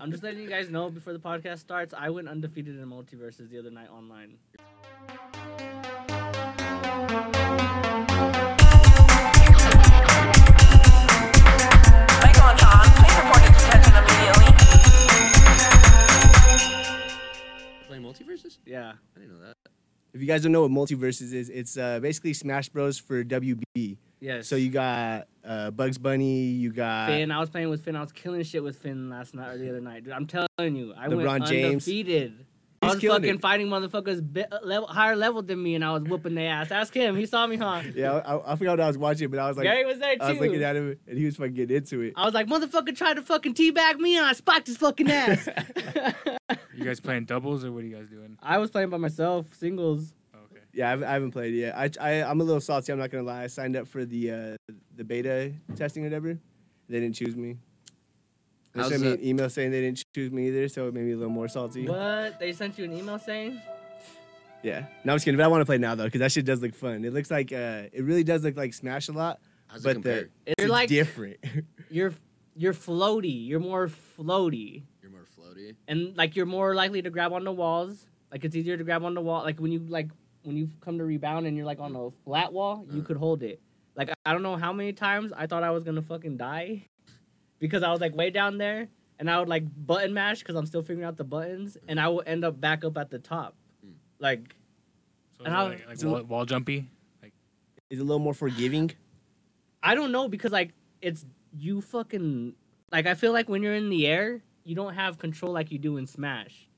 I'm just letting you guys know before the podcast starts, I went undefeated in multiverses the other night online. Michael and Sean, please report to detention immediately. Playing multiverses? Yeah. I didn't know that. If you guys don't know what multiverses is, it's uh, basically Smash Bros for WB. Yes. So you got uh, Bugs Bunny, you got Finn, I was playing with Finn. I was killing shit with Finn last night or the other night, dude. I'm telling you, I went LeBron James. undefeated. He's I was killing fucking it. fighting motherfuckers bi- uh, level, higher level than me, and I was whooping their ass. Ask him. He saw me, huh? yeah. I, I forgot what I was watching, but I was like, Gary was there too. I was looking at him and he was fucking getting into it. I was like, motherfucker tried to fucking teabag me, and I spiked his fucking ass. You guys playing doubles or what are you guys doing? Oh, I was playing by myself, singles. Okay. Yeah, I haven't, I haven't played it yet. I, I I'm a little salty. I'm not gonna lie. I signed up for the uh, the beta testing or whatever. They didn't choose me. They How's sent me that- an email saying they didn't choose me either, so it made me a little more salty. What? They sent you an email saying? Yeah. No, I'm just kidding. But I want to play now though, because that shit does look fun. It looks like uh, it really does look like Smash a lot. How's But it compare? the- You're it's like- different. You're you're floaty. You're more floaty. You're more floaty. and like you're more likely to grab onto walls. Like it's easier to grab onto wall. Like when you like when you come to rebound and you're like on a flat wall, you Uh. could hold it. Like I- I don't know how many times I thought I was gonna fucking die because I was like way down there and I would like button mash because I'm still figuring out the buttons and I would end up back up at the top. Mm. Like So And how- it's like, like so- wall, wall jumpy? It's a little more forgiving. I don't know because like it's you fucking like I feel like when you're in the air, you don't have control like you do in Smash.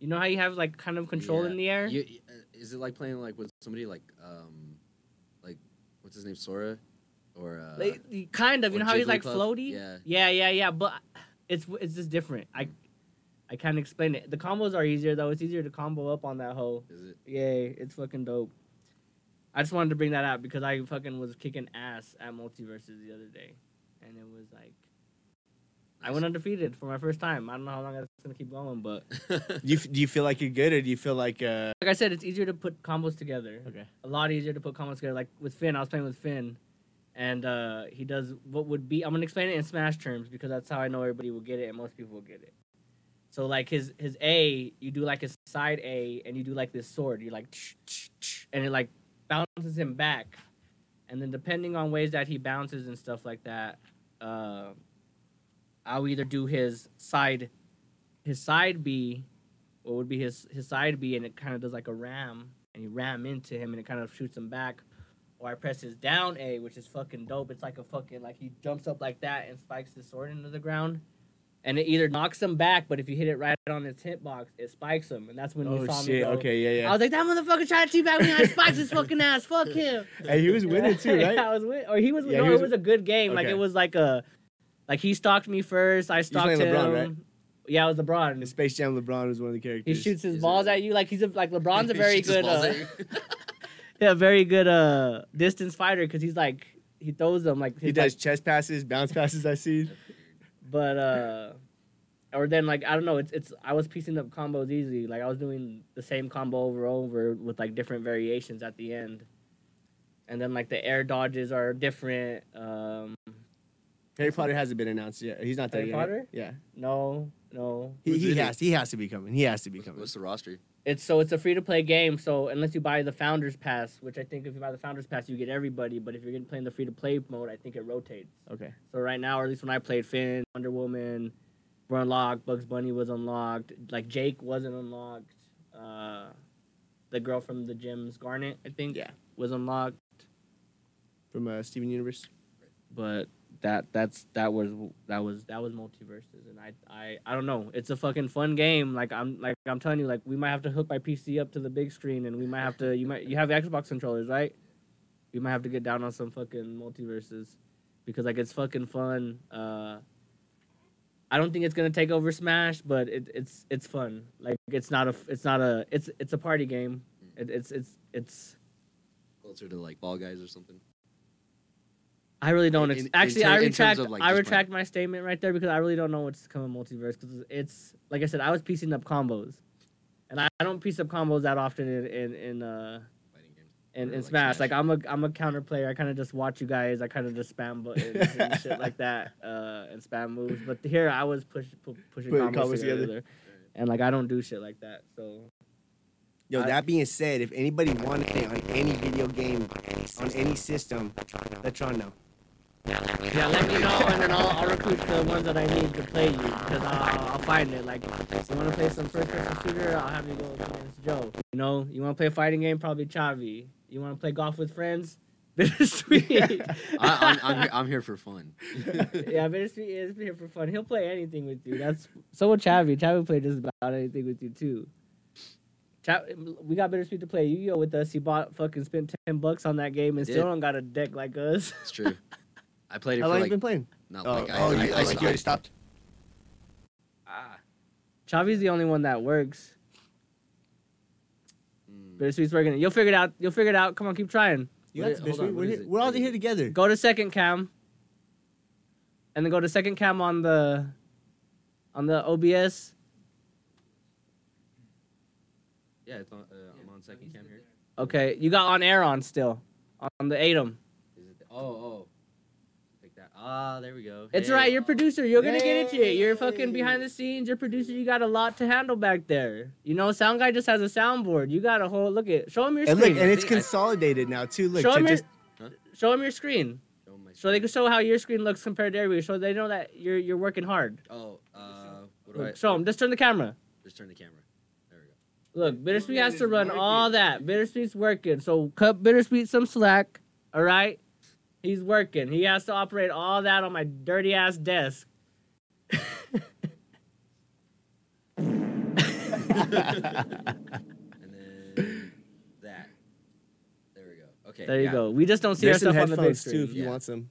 You know how you have like kind of control Yeah. in the air? You, you- uh, is it like playing like with somebody like um, like what's his name Sora, or uh, Like, y- kind of. You or know how he's like Jigglypuff? floaty. Yeah. Yeah, yeah, yeah. But it's it's just different. I I can't explain it. The combos are easier though. It's easier to combo up on that hoe. is it? Yay! It's fucking dope. I just wanted to bring that out because I fucking was kicking ass at multiverses the other day, and it was like I went undefeated for my first time. I don't know how long that's gonna keep going, but Do you, f- do you feel like you're good or do you feel like uh, like I said, it's easier to put combos together. okay? a lot easier to put combos together. Like with Finn, I was playing with Finn, and uh, he does what would be. I'm gonna explain it in Smash terms because that's how I know everybody will get it and most people will get it. So like his his A, you do like his side A, and you do like this sword. You like, tsh, tsh, tsh, and it like bounces him back, and then depending on ways that he bounces and stuff like that, uh, I'll either do his side, his side B, what would be his his side B, and it kind of does like a ram, and you ram into him, and it kind of shoots him back. Or I press his down A, which is fucking dope. It's like a fucking like he jumps up like that and spikes his sword into the ground, and it either knocks him back, but if you hit it right on his hitbox, it spikes him, and that's when you saw Oh me. shit! Go, Okay, yeah, I yeah. was like, that motherfucker tried to teabag me and I spiked his fucking ass. Fuck him. Hey, he was winning too, Yeah, right? I was win- or he was Yeah, no, he it was- was a good game. Like Okay. it was like a like he stalked me first, I stalked playing him. LeBron, right? Yeah, it was In LeBron. Space Jam, LeBron was one of the He characters. shoots his Is it balls really? at you like he's a like LeBron's a He very shoots his good balls uh, at you. yeah, very good uh distance fighter cuz he's like he throws them like He his, does like- chest passes, bounce passes. I see. but uh or then like I don't know, it's it's I was piecing up combos easy. Like I was doing the same combo over and over with like different variations at the end. And then like the air dodges are different. Um Harry Potter hasn't been announced yet. He's not there Harry yet. Potter? Yeah, No, no. he, Who's he in it? has he has to be coming. He has to be What's- coming. What's the roster? It's so it's a free to play game. So unless you buy the founders pass, which I think if you buy the founders pass, you get everybody. But if you're gonna play in the free to play mode, I think it rotates. Okay. So right now, or at least when I played Finn, Wonder Woman, were unlocked. Bugs Bunny was unlocked. Like Jake wasn't unlocked. Uh, the girl from the gyms, Garnet, I think, Yeah. was unlocked. From uh, Steven Universe. But that that's that was that was that was multiverses, and I I I don't know. It's a fucking fun game. Like I'm like I'm telling you, like we might have to hook my PC up to the big screen, and we might have to. You might you have Xbox controllers, right? We might have to get down on some fucking multiverses, because like it's fucking fun. Uh, I don't think it's gonna take over Smash, but it, it's it's fun. Like it's not a it's not a it's it's a party game. It, it's it's it's. Closer to like Ball Guys or something. I really don't. In- Ex- in actually, ter- I in terms retract. of, like, I just retract my statement right there because I really don't know what's coming multiverse because it's like I said, I was piecing up combos, and I, I don't piece up combos that often in in, in uh Fighting games. and, We're, and like, Smash. trash. Like I'm a I'm a counter player. I kind of just watch you guys. I kind of just spam buttons and shit like that, uh, and spam moves. But here I was push, pu- pushing Putting combos, combos together, together. and like I don't do shit like that. So Yo, I- that being said, if anybody wanted it on any video game, on any system, Letron know. yeah, let me know, and then I'll, I'll recruit the ones that I need to play you because I'll, I'll find it. Like, if you want to play some first-person shooter, I'll have you go against Joe. You know, you want to play a fighting game, probably Chavi. You want to play golf with friends, bittersweet. I, I'm, I'm, here, I'm here for fun. yeah, Bittersweet is here for fun. He'll play anything with you. That's so will Chavi. Chavi will play just about anything with you too. Chav, we got Bittersweet to play Yu-Gi-Oh with us. He bought fucking spent ten bucks on that game and Did. still don't got a deck like us. It's true. I played it How long for you been like playing? not Oh, like I, oh, I, you, I, like you already stopped. Ah. Chavi's the only one that works. Mm. Bittersweet's working. it. You'll figure it out. You'll figure it out. Come on, keep trying. You What got i- some hold bitch. on, what We're, is here- it? we're What all is here it? together. Go to second cam. And then go to second cam on the on the OBS. Yeah, it's on, uh, I'm on second cam here. Okay, you got on air on still on the Atom. Is it? oh, oh, like that. Ah, there we go. It's Hey. all right. You're producer. You're gonna get into it. You're Yay. fucking behind the scenes. You're producer. You got a lot to handle back there. You know, sound guy just has a soundboard. You got a whole look at. Show him your And screen. look, and it's I- consolidated now too. Look, show to him your. just, Huh? Show him your screen, Oh, my so they can screen. show how your screen looks compared to everybody. So they know that you're you're working hard. Oh, uh, what do I? Look, Oh, show him. Just turn the camera. Just turn the camera. There we go. Look, Bittersweet has to Bittersweet run working. all that. Bittersweet's working. So cut Bittersweet some slack. All right? He's working. He has to operate all that on my dirty ass desk. And then that. There we go. Okay. There you got go. We just don't see there's some our stuff on the big headphones too screen. if you yeah. want some. it.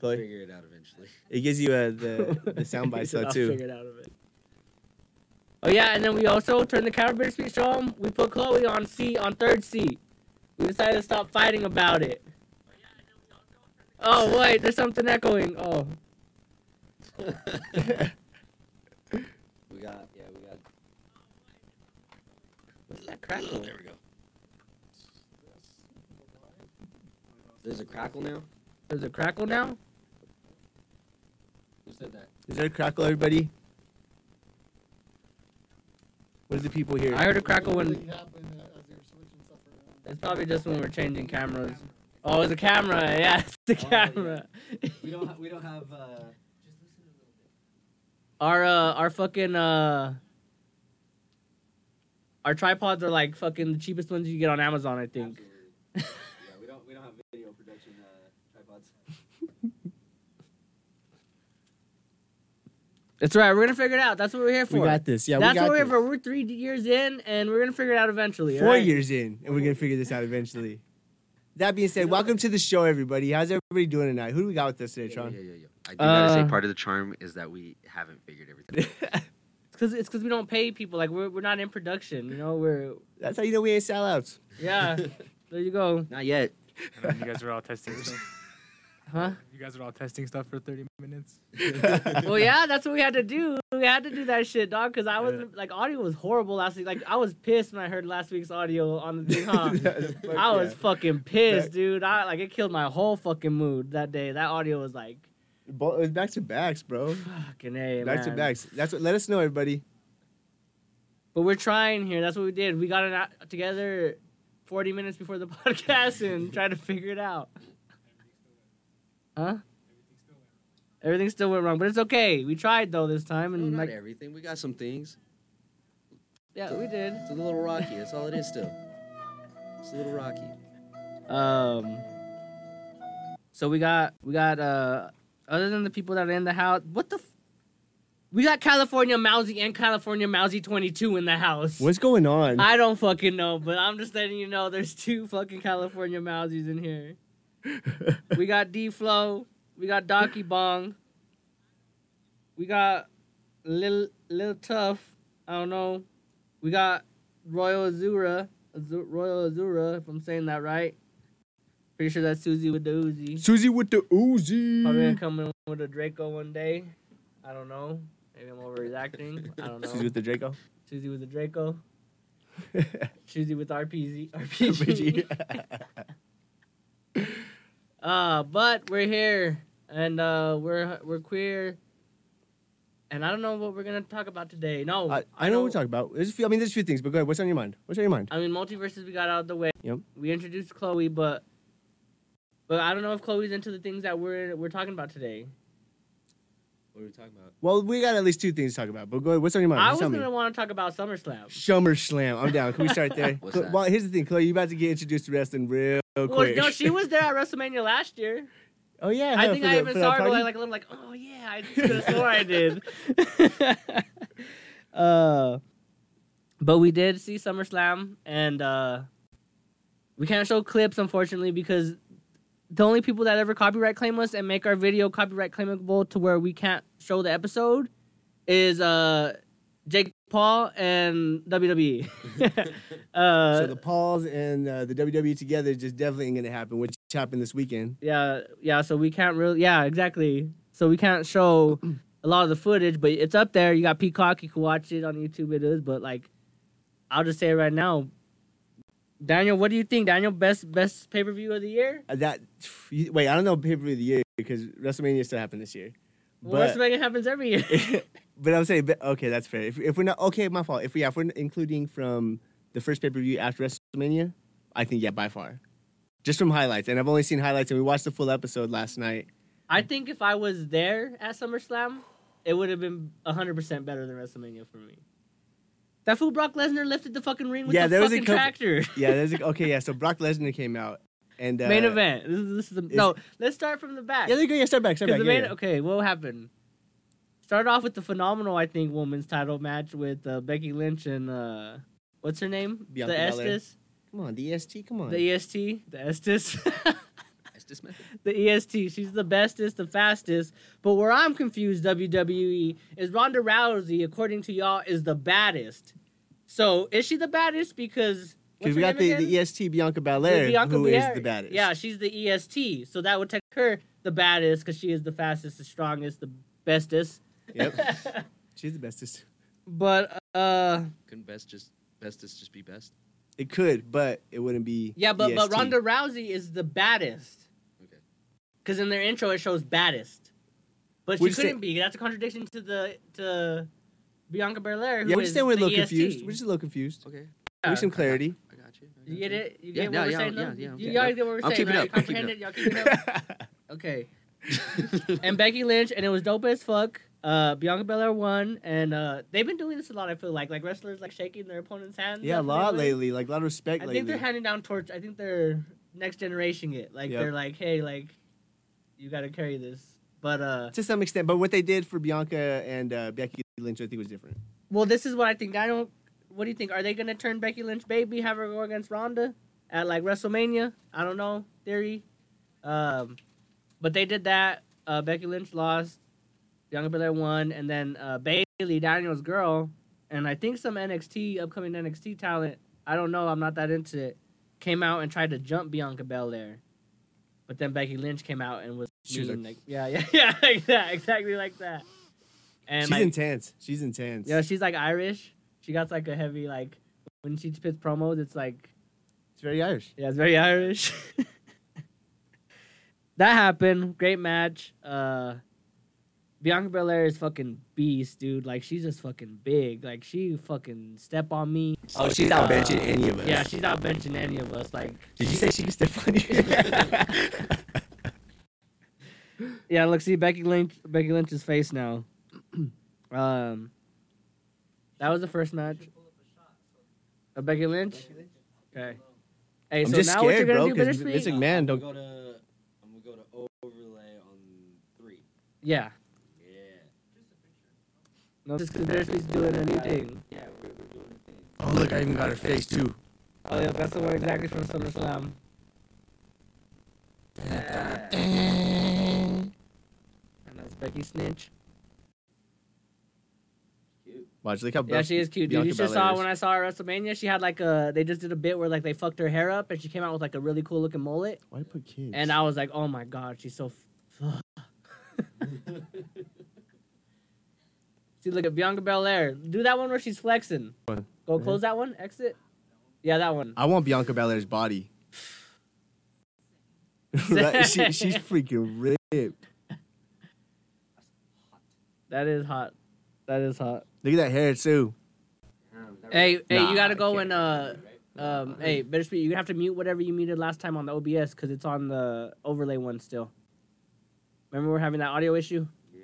Chloe, Figure it out eventually. it gives you uh, the the sound bites though I'll too. figure it out of it. Oh yeah, and then we also turned the camera Bittersweet show him. We put Chloe on C on third seat. We decided to stop fighting about it. Oh wait, there's something echoing. Oh. We got. Yeah, we got. What's that Oh, crackle? there we go. There's a crackle now. There's a crackle now? Who said that? Is there a crackle, everybody? What do the people hear? I heard a crackle when It happened as they were switching stuff around. It's probably just when we're changing cameras. Oh, it's a camera. Yeah, it's the Oh, yeah. camera. We don't. Ha- we don't have. Uh... Our uh, our fucking uh, our tripods are like fucking the cheapest ones you get on Amazon, I think. Yeah, we don't. We don't have video production uh, tripods. That's right. We're gonna figure it out. That's what we're here for. we got this. Yeah, That's we got what we're here this. for. We're three years in, and we're gonna figure it out eventually. four alright? years in, and we're gonna figure this out eventually. That being said, welcome to the show, everybody. How's everybody doing tonight? Who do we got with us today, Yeah, yeah, Tron? yeah, yeah. I do gotta Uh, say, part of the charm is that we haven't figured everything. out. It's cause it's 'cause we don't pay people. Like we're we're not in production. You know, we're That's how you know we ain't sellouts. yeah. there you go. Not yet. And then you guys are all testing stuff. Huh? You guys are all testing stuff for 30 minutes. well, yeah, that's what we had to do. We had to do that shit, dog, because I was Yeah. like, audio was horrible last week. Like, I was pissed when I heard last week's audio on the thing, huh? Fuck I was yeah. fucking pissed, Back- dude. I like it killed my whole fucking mood that day. That audio was like Bo- it was back to backs, bro. fucking a Back to man. backs. That's what. Let us know, everybody. But we're trying here. That's what we did. We got it out together 40 minutes before the podcast and tried to figure it out. Huh? Everything still went wrong, but it's okay. We tried though this time, No, and not like, everything. We got some things. yeah, we did. It's a little rocky. That's all it is still. It's a little rocky. Um. So we got we got uh other than the people that are in the house, what the. F- we got California Mousy and California Mousy 22 in the house. What's going on? I don't fucking know, but I'm just letting you know there's two fucking California Mousies in here. we got D Flow, we got Donkey Bong, we got Lil Lil Tough, I don't know. We got Royal Azura, Azu- Royal Azura, if I'm saying that right. Pretty sure that's Susie with the Uzi. Susie with the Probably gonna Uzi. come in with a Draco one day. I don't know. Maybe I'm overreacting. I don't know. Susie with the Draco. Susie with the Draco. Choosy with RPZ. RPG. RPG. uh, but we're here and uh, we're we're queer. And I don't know what we're gonna talk about today. No, I, I know what we're talking about. There's a few, I mean, there's a few things, but go ahead. What's on your mind? What's on your mind? I mean, multiverses we got out of the way. Yep. We introduced Chloe, but but I don't know if Chloe's into the things that we're we're talking about today. What are we talking about? Well, we got at least two things to talk about, but go ahead. What's on your mind? I Just was tell me. gonna want to talk about SummerSlam. Summer Slam. I'm down. Can we start there? What's Cl- that? Well, here's the thing, Chloe. You about to get introduced to wrestling real Well, quick. no, she was there at WrestleMania last year. Oh yeah. I huh, think for I the- even for saw that her party? like a little like, oh yeah, I just swore I did. uh, but we did see SummerSlam, and uh, we can't show clips unfortunately because the only people that ever copyright claim us and make our video copyright claimable to where we can't show the episode is uh, Jake Paul and WWE. uh, So the Pauls and uh, the WWE together just definitely ain't gonna happen, which happened this weekend. yeah, yeah. So we can't really, yeah, exactly. So we can't show a lot of the footage, but it's up there. You got Peacock, you can watch it on YouTube. It is, but like, I'll just say it right now, Daniel, what do you think? Daniel, best best pay per view of the year? Uh, That you- wait, I don't know pay per view of the year because WrestleMania still happened this year. Well, But WrestleMania happens every year. but I'm saying but- okay, that's fair. If, if we're not okay, my fault. If we yeah, if we're including from the first pay per view after WrestleMania, I think yeah, by far. Just from highlights, and I've only seen highlights, and we watched the full episode last night. I think if I was there at SummerSlam, it would have been hundred percent better than WrestleMania for me. That fool Brock Lesnar lifted the fucking ring with Yeah, the there was a fucking couple- tractor. Yeah, there's a, okay, yeah. So Brock Lesnar came out, and uh, Main event. This is, this is the, is- no. Let's start from the back. Yeah, there you go. Yeah, step back, step 'Cause back. the yeah, main, yeah. okay, what happened? Started off with the phenomenal, I think, women's title match with uh, Becky Lynch and uh, what's her name? Bianca the Belair. Estes, Come on, the EST, come on. the E EST, the Estes, It's just method. the EST. She's the bestest, the fastest. But where I'm confused, WWE is Ronda Rousey, according to y'all, is the baddest. So is she the baddest? Because Because what's we her got name the, again? the E EST Bianca Belair, With who is Bianca Belair. the baddest. Yeah, she's the EST, so that would take her the baddest because she is the fastest, the strongest, the bestest. Yep. she's the bestest. but uh, Couldn't best just bestest just be best? It could, but it wouldn't be. E yeah, but but EST. Ronda Rousey is the baddest. E Okay. Because in their intro it shows baddest, but she We're just couldn't saying- be. That's a contradiction to the to Bianca Belair. Who Yeah, we're just is saying we're a the E little EST. confused. We're just a little confused. Okay. We need some clarity. I got you. I got You get it? You Yeah, get no, what we're yeah, saying? yeah, though? yeah, I'm you getting all it. get what we're I'll saying. keep it though? up, You I'll keep comprehend it Y'all keep it up. Okay. and Becky Lynch, and it was dope as fuck. Uh, Bianca Belair won, and uh, they've been doing this a lot. I feel like like wrestlers like shaking their opponent's hands. yeah, a after they lot win. lately, like a lot of I respect think lately. they're handing down torch. I think they're next generation it. Like Yep. they're like, hey, like you gotta carry this. But uh, to some extent, but what they did for Bianca and uh, Becky Lynch, I think, was different. well, this is what I think. I don't. What do you think? Are they gonna turn Becky Lynch baby, have her go against Ronda at like WrestleMania? I don't know. Theory. Um, but they did that. Uh, Becky Lynch lost. Bianca Belair won, and then uh, Bailey Daniels girl, and I think some NXT upcoming NXT talent. I don't know. I'm not that into it. Came out and tried to jump Bianca Belair, but then Becky Lynch came out and was She was mean, like- like, yeah, yeah, yeah, like that, exactly like that. And she's like, intense. She's intense. yeah, she's like Irish. She got like a heavy like when she spits promos, it's like she's very Irish. yeah, it's very Irish. that happened. Great match. Uh Bianca Belair is fucking beast, dude. Like she's just fucking big. Like she fucking step on me. Oh, she's not benching any of Yeah, she's not benching any of us. Like Did you say she could step on you? yeah, look, see Becky Lynch, Becky Lynch's face now. um, that was the first match. Uh, Becky Lynch. Okay. Hey, I'm so just now what you're scared, gonna bro. do, Because Bittersweet? Vince McMahon don't. go to I'm gonna go to overlay on three. yeah. Yeah. No, just because Bittersweet's doing a new thing. Oh look, I even got her face too. Oh yeah, that's the one exactly from SummerSlam. And that's Becky Snitch. Watch, look how Yeah, buff she is cute, dude. Bianca You just Belair saw is. when I saw her at WrestleMania. She had like a they just did a bit where like they fucked her hair up and she came out with like a really cool looking mullet. Why put kids? And I was like, oh my god, she's so. F- See, look at Bianca Belair. Do that one where she's flexing. What? Uh, Go Mhm. close that one. Exit. Yeah, that one. I want Bianca Belair's body. Right? she, she's freaking ripped. That is hot. That is hot. Look at that hair too. Hey, hey, Nah, you gotta I go can't. and uh, um, hey, bittersweet. You're gonna have to mute whatever you muted last time on the OBS because it's on the overlay one still. Remember we're having that audio issue Yeah.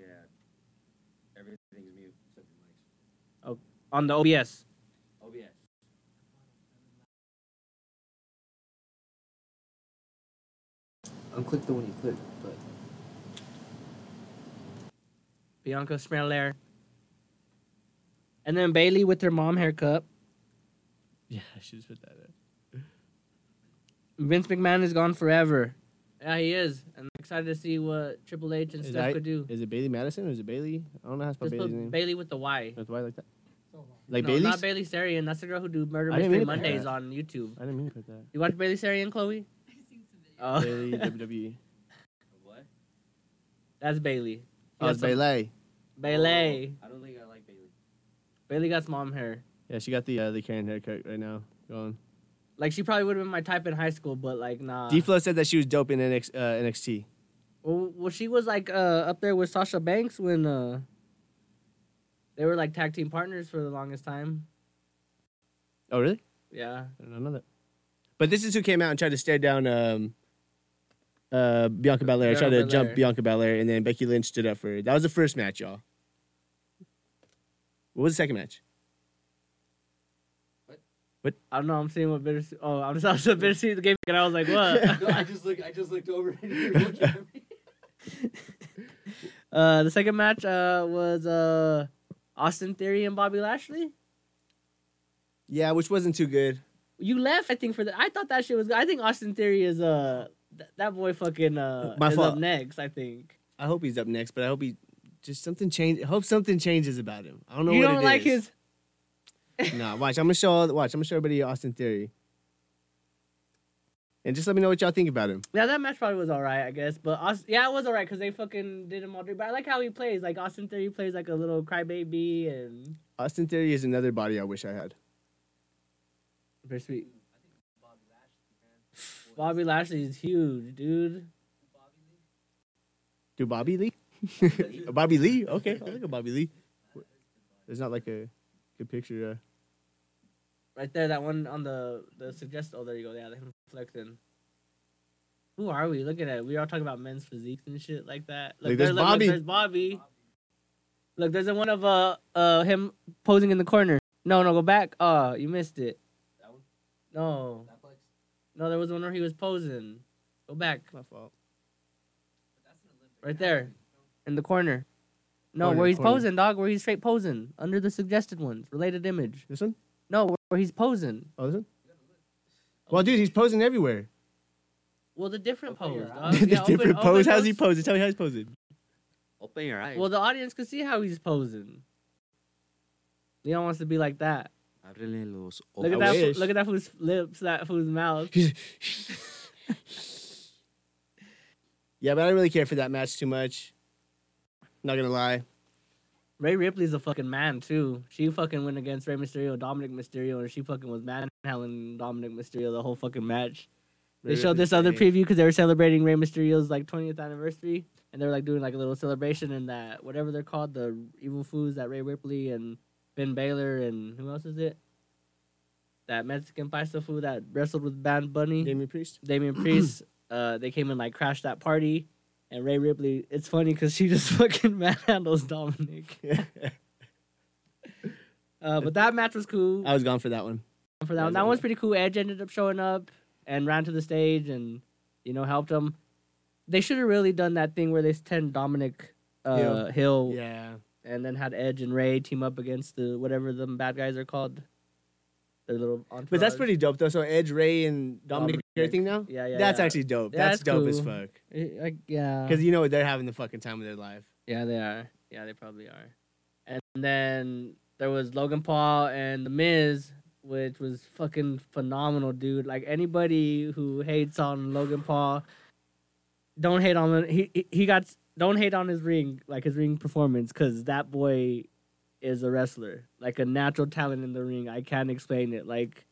Everything's mute except your Oh, on the OBS. mics. OBS. Unclick the one you clicked, but Bianca Smeller. And then Bailey with her mom haircut. Yeah, I should just put that in. Vince McMahon is gone forever. Yeah, he is. And I'm excited to see what Triple H and Is Steph that- could do. Is it Bailey Madison or is it Bailey? I don't know how to spell Just Bailey's put name. Bailey with the Y. That's why I like that. So long. Like no, Bailey's? not Bailey Sarian. That's the girl who do Murder I didn't mean Mystery to put Mondays that. on YouTube. I didn't mean to put that. You watch Bailey Sarian, Chloe? Oh, Bailey E. WWE. What? that's Bailey. Oh, That's it's some- Bailey. Bailey. I don't think I like Bailey. Bailey got mom hair. Yeah, she got the uh, the Karen haircut right now. Go on. Like she probably would have been my type in high school, but like nah. D-Flow said that she was dope in NX, uh, NXT. Well, well, she was like uh, up there with Sasha Banks when uh, they were like tag team partners for the longest time. Oh, really? Yeah, I don't know that. But this is who came out and tried to stare down um, uh, Bianca Belair. Bianca tried to jump Belair. Bianca Belair, and then Becky Lynch stood up for her. That was the first match, y'all. What was the second match? I don't know. I'm seeing what bittersweet. Oh, I'm just I saw bittersweet the game, and I was like, no, what? I just look. I just looked over and you're looking at me. uh, the second match uh, was uh, Austin Theory and Bobby Lashley. Yeah, which wasn't too good. You left, I think, for the. I thought that shit was. good. I think Austin Theory is uh th- that boy fucking uh My is up fault. next. I think. I hope he's up next, but I hope he just something change. I hope something changes about him. I don't know. you what don't it like is. his. nah, watch. I'm gonna show. Watch. I'm gonna show everybody Austin Theory. And just let me know what y'all think about him. Yeah, that match probably was all right, I guess. But Aust- yeah, it was all right because they fucking did him all dirty. But I like how he plays. Like Austin Theory plays like a little crybaby and Austin Theory is another body I wish I had. very sweet. Bobby Lashley is huge, dude. Do Bobby Lee? Oh, Bobby Lee? Okay, I'll look at Bobby Lee. There's not like a good picture. Uh, Right there, that one on the the suggest. Oh, there you go. Yeah, him flexing. Who are we? Look at that. We are talking about men's physiques and shit like that. Look, Like, there, there's look, look, Bobby. there's Bobby. Look, there's the one of uh uh him posing in the corner. No, no, go back. Oh, you missed it. That one? No, no, there was one where he was posing. Go back, my fault. right there, in the corner. No, Corner, where he's corner. posing, dog. Where he's straight posing under the suggested ones, related image. This one? No, where, where he's posing. Oh, this one? Well, dude, he's posing everywhere. Well, the different pose. Dog. There's Uh, Yeah, open- different open pose. How's he those- posing? Tell me how he's posing. Open your eyes. Well, the audience can see how he's posing. Leon wants to be like that. Ábrele los Look at I that. wish. Look at that fool's lips. That fool's mouth. Yeah, but I don't really care for that match too much. Not gonna lie. Ray Ripley's a fucking man too. She fucking went against Ray Mysterio, Dominic Mysterio, and she fucking was manhandling Dominic Mysterio the whole fucking match. They showed this other people. preview because they were celebrating Ray Mysterio's like 20th anniversary, and they were like doing like a little celebration in that whatever they're called, the evil fools that Ray Ripley and Ben Baylor and who else is it? That Mexican paisa fool that wrestled with Bad Bunny. Damien Priest. Damian Priest, uh, they came and like crashed that party. And Ray Ripley, it's funny because she just fucking manhandles Dominic. Uh, but that match was cool I was gone for that one. for that one. That one's pretty cool. Edge ended up showing up and ran to the stage and, you know, helped him. They should have really done that thing where they send Dominic uh, Hill, Yeah. and then had Edge and Ray team up against the whatever them bad guys are called. Their little entourage. But that's pretty dope though. So Edge, Ray, and Dominic, Dominic. everything now. Yeah, yeah. that's yeah. actually dope. Yeah, that's it's dope as cool. fuck. Eh, like, yeah. Because you know they're having the fucking time of their life. Yeah, they are. Yeah, they probably are. And then there was Logan Paul and The Miz, which was fucking phenomenal, dude. Like anybody who hates on Logan Paul, don't hate on him. He he- he got don't hate on his ring, like his ring performance, because that boy is a wrestler, like a natural talent in the ring. I can't explain it. Like,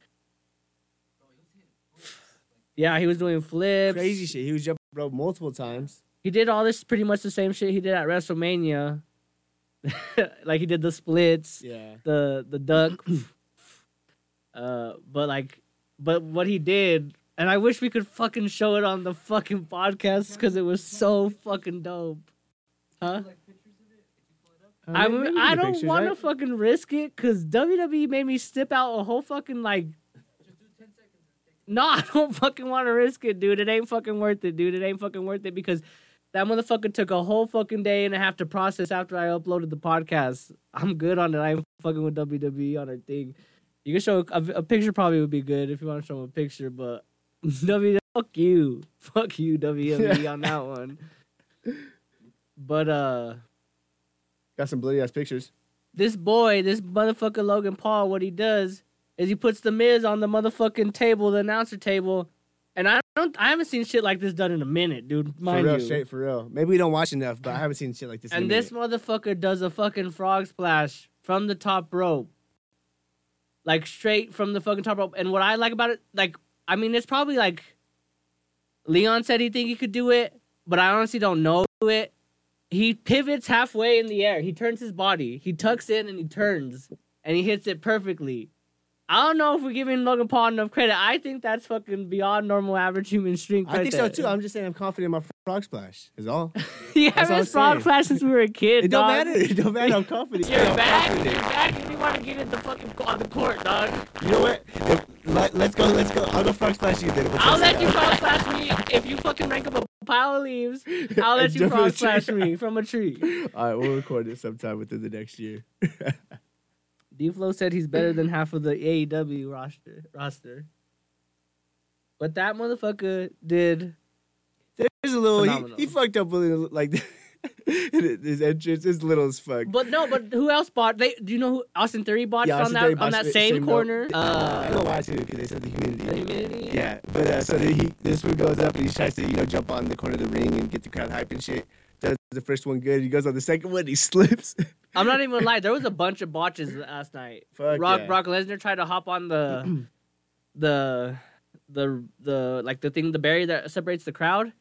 yeah, he was doing flips. Crazy shit. He was jumping rope multiple times. He did all this pretty much the same shit he did at WrestleMania. like he did the splits, Yeah. the the duck. uh, but like, but what he did, and I wish we could fucking show it on the fucking podcast because it was so fucking dope. Huh? I, mean, mean, I don't want to fucking risk it because WWE E made me sip out a whole fucking like. No, I don't fucking want to risk it, dude. It ain't fucking worth it, dude. It ain't fucking worth it because that motherfucker took a whole fucking day and a half to process after I uploaded the podcast. I'm good on it. I'm fucking with WWE on her thing. You can show a, a picture, probably would be good if you want to show 'em a picture, but WWE, fuck you. Fuck you, WWE, on that one. But, uh, Got some bloody ass pictures. this boy, this motherfucker Logan Paul, what he does is he puts the Miz on the motherfucking table, the announcer table, and I don't, I haven't seen shit like this done in a minute, dude. Mind for real, you. straight for real. Maybe we don't watch enough, but I haven't seen shit like this. in and a this minute. motherfucker does a fucking frog splash from the top rope, like straight from the fucking top rope. And what I like about it, like, I mean, it's probably like Leon said he think he could do it, but I honestly don't know it. He pivots halfway in the air. He turns his body. He tucks in and he turns and he hits it perfectly. I don't know if we're giving Logan Paul enough credit. I think that's fucking beyond normal average human strength. I right think so there. too. I'm just saying I'm confident in my frog splash. Is all. you that's all I'm haven't frog saying. flash since we were a kid. It don't dog. matter. It don't matter. I'm confident. You're back. You're back. If you want to get in the fucking on the court, dog, You know what? Let, us go. Let's go. I'll go frog splash you then. I'll let you frog splash me if you fucking rank up a pile of leaves. I'll let you Jump in frog the tree. splash me from a tree. All right, we'll record it sometime within the next year. D-Flow said he's better than half of the AEW roster. Roster. But that motherfucker did. There's a little. Phenomenal. He, he fucked up with it, like his entrance is little as fuck. But no, but who else bought? They do you know who Austin Theory bought Yeah, on Austin that Theory on bought that the same, same note. corner? I Uh, don't know why too because they said the humidity. Humidity? Yeah, but uh, so then he, this one goes up and he tries to you know jump on the corner of the ring and get the crowd hype and shit. Does the first one good. He goes on the second one. He slips. I'm not even gonna lie. There was a bunch of botches last night. Fuck Rock yeah. Brock Lesnar tried to hop on the, the, the the like the thing the barrier that separates the crowd.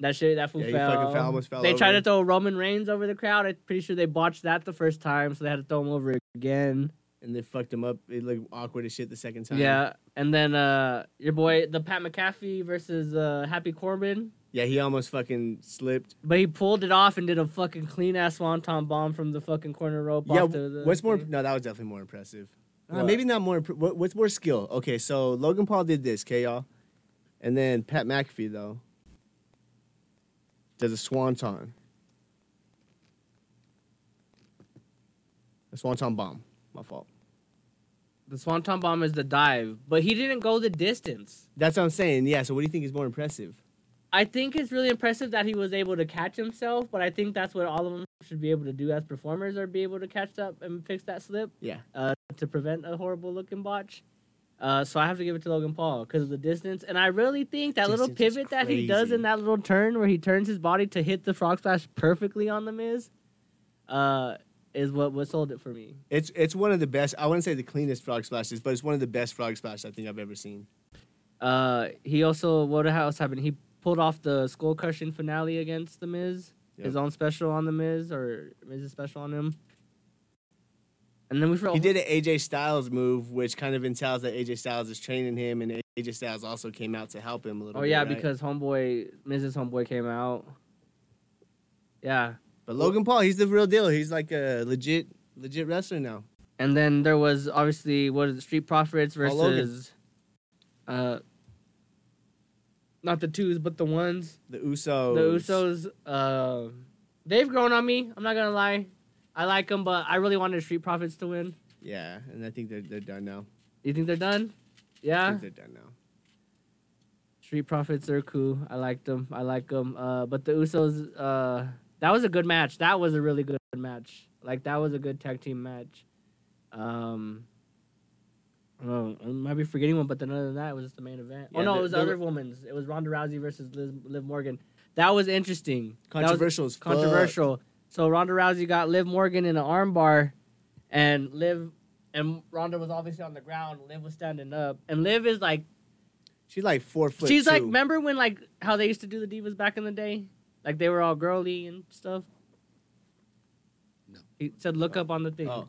That shit, that fool Yeah, he fell. fucking fell, almost fell They tried over. to throw Roman Reigns over the crowd. I'm pretty sure they botched that the first time, so they had to throw him over again. and they fucked him up. It looked awkward as shit the second time. Yeah, and then uh your boy the Pat McAfee versus uh Happy Corbin, yeah. He almost fucking slipped. but he pulled it off and did a fucking clean ass swanton bomb from the fucking corner rope. Yeah. off to the What's more? thing. No, that was definitely more impressive. Uh, What? maybe not more. impr- What, what's more skill? Okay, so Logan Paul did this, okay, y'all, and then Pat McAfee though does a swanton, a swanton bomb. My fault. The Swanton Bomb is the dive, but he didn't go the distance. That's what I'm saying. Yeah. So what do you think is more impressive? I think it's really impressive that he was able to catch himself, but I think that's what all of them should be able to do as performers are be able to catch up and fix that slip Yeah. uh, to prevent a horrible looking botch. Uh, so I have to give it to Logan Paul because of the distance, and I really think that little Distance is pivot that he does crazy. in that little turn where he turns his body to hit the frog splash perfectly on the Miz, uh, is what what sold it for me. It's it's one of the best. I wouldn't say the cleanest frog splashes, but it's one of the best frog splashes I think I've ever seen. Uh, he also what else happened? He pulled off the skull crushing finale against the Miz, his Yep. own special on the Miz or Miz's special on him. And then we forgot. He did an AJ Styles move, which kind of entails that AJ Styles is training him, and AJ Styles also came out to help him a little. Oh bit, yeah, right? because homeboy Miz's homeboy came out. Yeah, but Logan Paul, he's the real deal. He's like a legit legit wrestler now. and then there was obviously what is it, Street Profits Paul Hogan. versus, uh, not the twos but the ones. The Usos. The Usos, uh, they've grown on me. I'm not gonna lie, I like them, but I really wanted Street Profits to win. Yeah, and I think they're they're done now. You think they're done? I Yeah, think they're done now. Street Profits are cool. I like them. I like them. Uh, but the Usos, uh, that was a good match. That was a really good match. Like that was a good tag team match. Um. I don't know, I might be forgetting one, but then other than that, it was just the main event. oh Yeah, no, the- it was there other women's. It was Ronda Rousey versus Liz, Liv Morgan. That was interesting. That was- Controversial as fuck. controversial. So Ronda Rousey got Liv Morgan in an armbar, and Liv and Ronda was obviously on the ground. Liv was standing up, and Liv is like She's like four foot. she's like two. remember when like how they used to do the divas back in the day, like they were all girly and stuff. No. He said look up on the thing. Oh.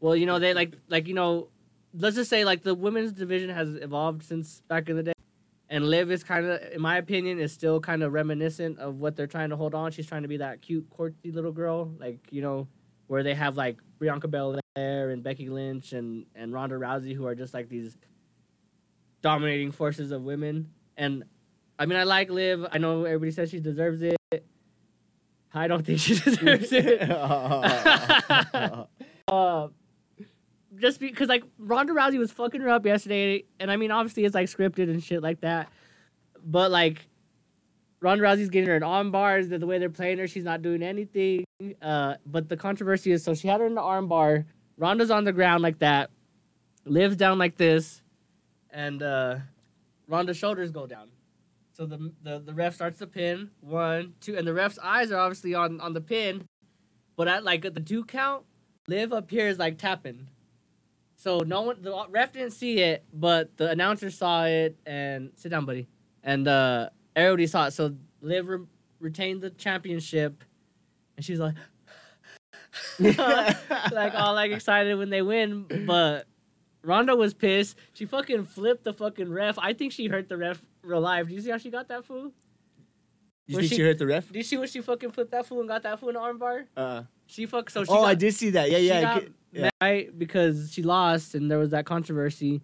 Well, you know they like like you know, let's just say like the women's division has evolved since back in the day, and Liv is kind of, in my opinion, is still kind of reminiscent of what they're trying to hold on. She's trying to be that cute, courtly little girl, like you know, where they have like Bianca Belair and Becky Lynch and and Ronda Rousey, who are just like these dominating forces of women. And I mean, I like Liv. I know everybody says she deserves it. I don't think she deserves it. Uh, just because like Ronda Rousey was fucking her up yesterday, and I mean obviously it's like scripted and shit like that, but like Ronda Rousey's getting her in arm bars. The, the way they're playing her, she's not doing anything. Uh, but the controversy is so she had her in the arm bar. Ronda's on the ground like that, lives down like this, and uh, Ronda's shoulders go down. So the, the the ref starts the pin one two, and the ref's eyes are obviously on on the pin, but at like at the two count, Liv appears like tapping. So no one, the ref didn't see it, but the announcer saw it. And sit down, buddy. And uh, everybody saw it. So Liv re- retained the championship, and she's like, like all like excited when they win. But Ronda was pissed. She fucking flipped the fucking ref. I think she hurt the ref real life. Do you see how she got that fool? you Was think she, she- hurt the ref? Do you see when she fucking flipped that fool and got that fool in the armbar? Uh, She fuck. So she oh, got, I did see that. Yeah, she yeah. I got ca- mad, Right, because she lost and there was that controversy,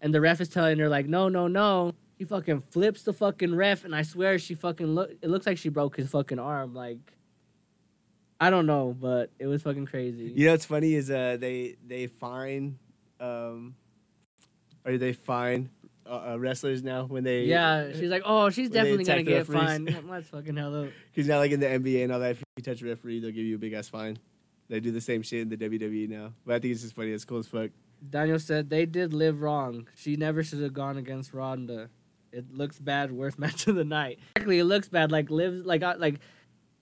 and the ref is telling her like, no, no, no. He fucking flips the fucking ref, and I swear she fucking look. It looks like she broke his fucking arm. Like, I don't know, but it was fucking crazy. You know what's funny is uh they they fine um or they fine uh, uh, wrestlers now when they Yeah, she's like, oh, she's When they definitely gonna attack get the fined. referees. Let's fucking hell up. because now like in the NBA and all that if you touch a referee they'll give you a big ass fine. They do the same shit in the WWE now, but I think it's just funny. It's cool as fuck. Daniel said they did live wrong. She never should have gone against Ronda. It looks bad. Worst match of the night. Exactly, it looks bad. Like Liv's like I, like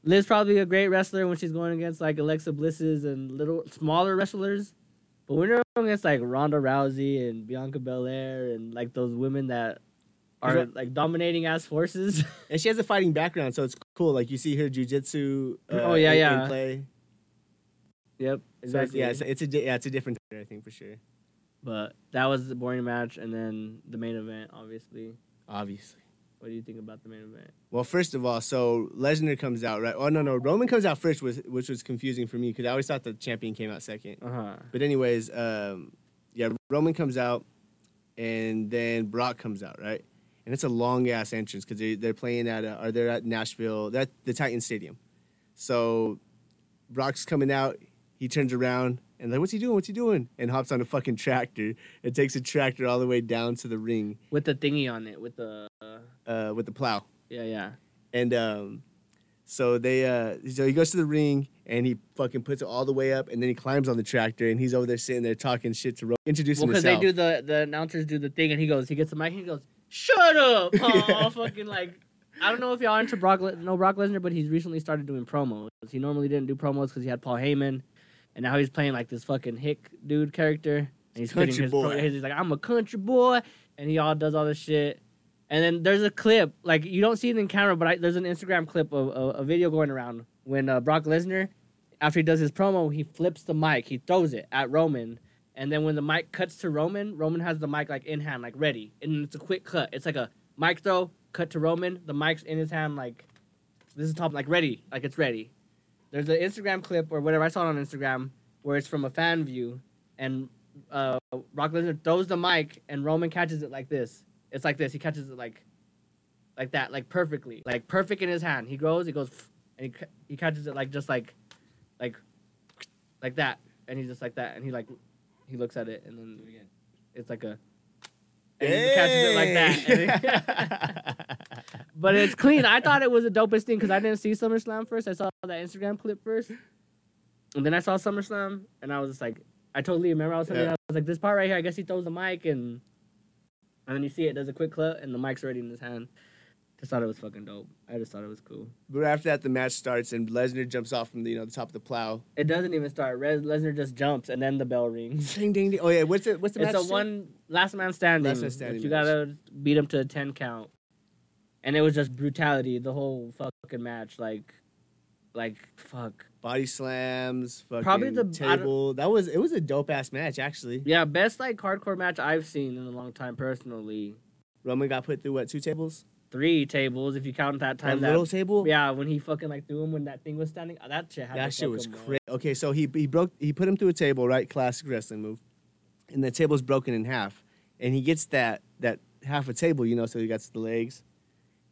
Liv's probably a great wrestler when she's going against like Alexa Blisses and little smaller wrestlers, but when you're going against like Ronda Rousey and Bianca Belair and like those women that are Right. like dominating ass forces. And she has a fighting background, so it's cool. Like you see her jujitsu. Uh, Oh, yeah, in- in yeah. play. yep, So it's, yeah, it's, it's a di- yeah, it's a different. I think for sure. but that was the boring match, and then the main event. Obviously, Obviously. what do you think about the main event? Well, first of all, so Lesnar comes out, right? Oh no, no, Roman comes out first, was which was confusing for me because I always thought the champion came out second. Uh huh. But anyways, um, yeah, Roman comes out, and then Brock comes out, right? And it's a long ass entrance because they they're playing at a, or they're at Nashville, that the Titan Stadium. So Brock's coming out, he turns around and like, what's he doing? What's he doing? And hops on a fucking tractor and takes a tractor all the way down to the ring with the thingy on it with the uh, uh, with the plow. yeah yeah And um, so they uh, so he goes to the ring and he fucking puts it all the way up and then he climbs on the tractor and he's over there sitting there talking shit to Roman, well introducing because they himself. do the the announcers do the thing and he goes he gets the mic and he goes shut up oh, all fucking like I don't know if y'all into Brock Le- no Brock Lesnar but he's recently started doing promos he normally didn't do promos because he had Paul Heyman and now he's playing like this fucking hick dude character and he's putting Country his pro- boy. his- he's like I'm a country boy and he all does all this shit and then there's a clip like you don't see it in camera but I, there's an Instagram clip of, of a video going around when uh, Brock Lesnar after he does his promo, he flips the mic, he throws it at Roman, and then when the mic cuts to Roman, Roman has the mic like in hand, like ready, and it's a quick cut. It's like a mic throw, cut to Roman, the mic's in his hand, like this is top, like ready, like it's ready. There's an Instagram clip or whatever I saw it on Instagram where it's from a fan view, and uh, Rock Lesnar throws the mic, and Roman catches it like this. It's like this. He catches it like, like that, like perfectly, like perfect in his hand. He goes, he goes, and he, ca- he catches it like just like like like that and he's just like that and he like he looks at it and then again it's like a and he just catches it like that And- but it's clean i thought it was the dopest thing because i didn't see summerslam first i saw that instagram clip first and then i saw summerslam and i was just like i totally remember i was, sitting Yeah. there, I was like this part right here i guess he throws the mic and and then you see it does a quick clip and the mic's already in his hand just thought it was fucking dope. I just thought it was cool. But after that, the match starts and Lesnar jumps off from the, you know the top of the plow. It doesn't even start. Re- Lesnar just jumps and then the bell rings. Ding ding ding. Oh yeah, what's it? What's the It's match? a one last man standing. Last man but standing you match. gotta beat him to a ten count, and it was just brutality the whole fucking match. Like, like fuck. Body slams. Fucking Probably Probably the- the I don't- table. That was it. Was a dope ass match actually. Yeah, best like hardcore match I've seen in a long time personally. Roman got put through what two tables? Three tables if you count that time. a that- little table. Yeah, when he fucking like threw him when that thing was standing, uh, that shit. Had That to shit was fucking roll. crazy. Okay, so he he broke he put him through a table, right? Classic wrestling move. And the table's broken in half. And he gets that that half a table, you know, so he got the legs.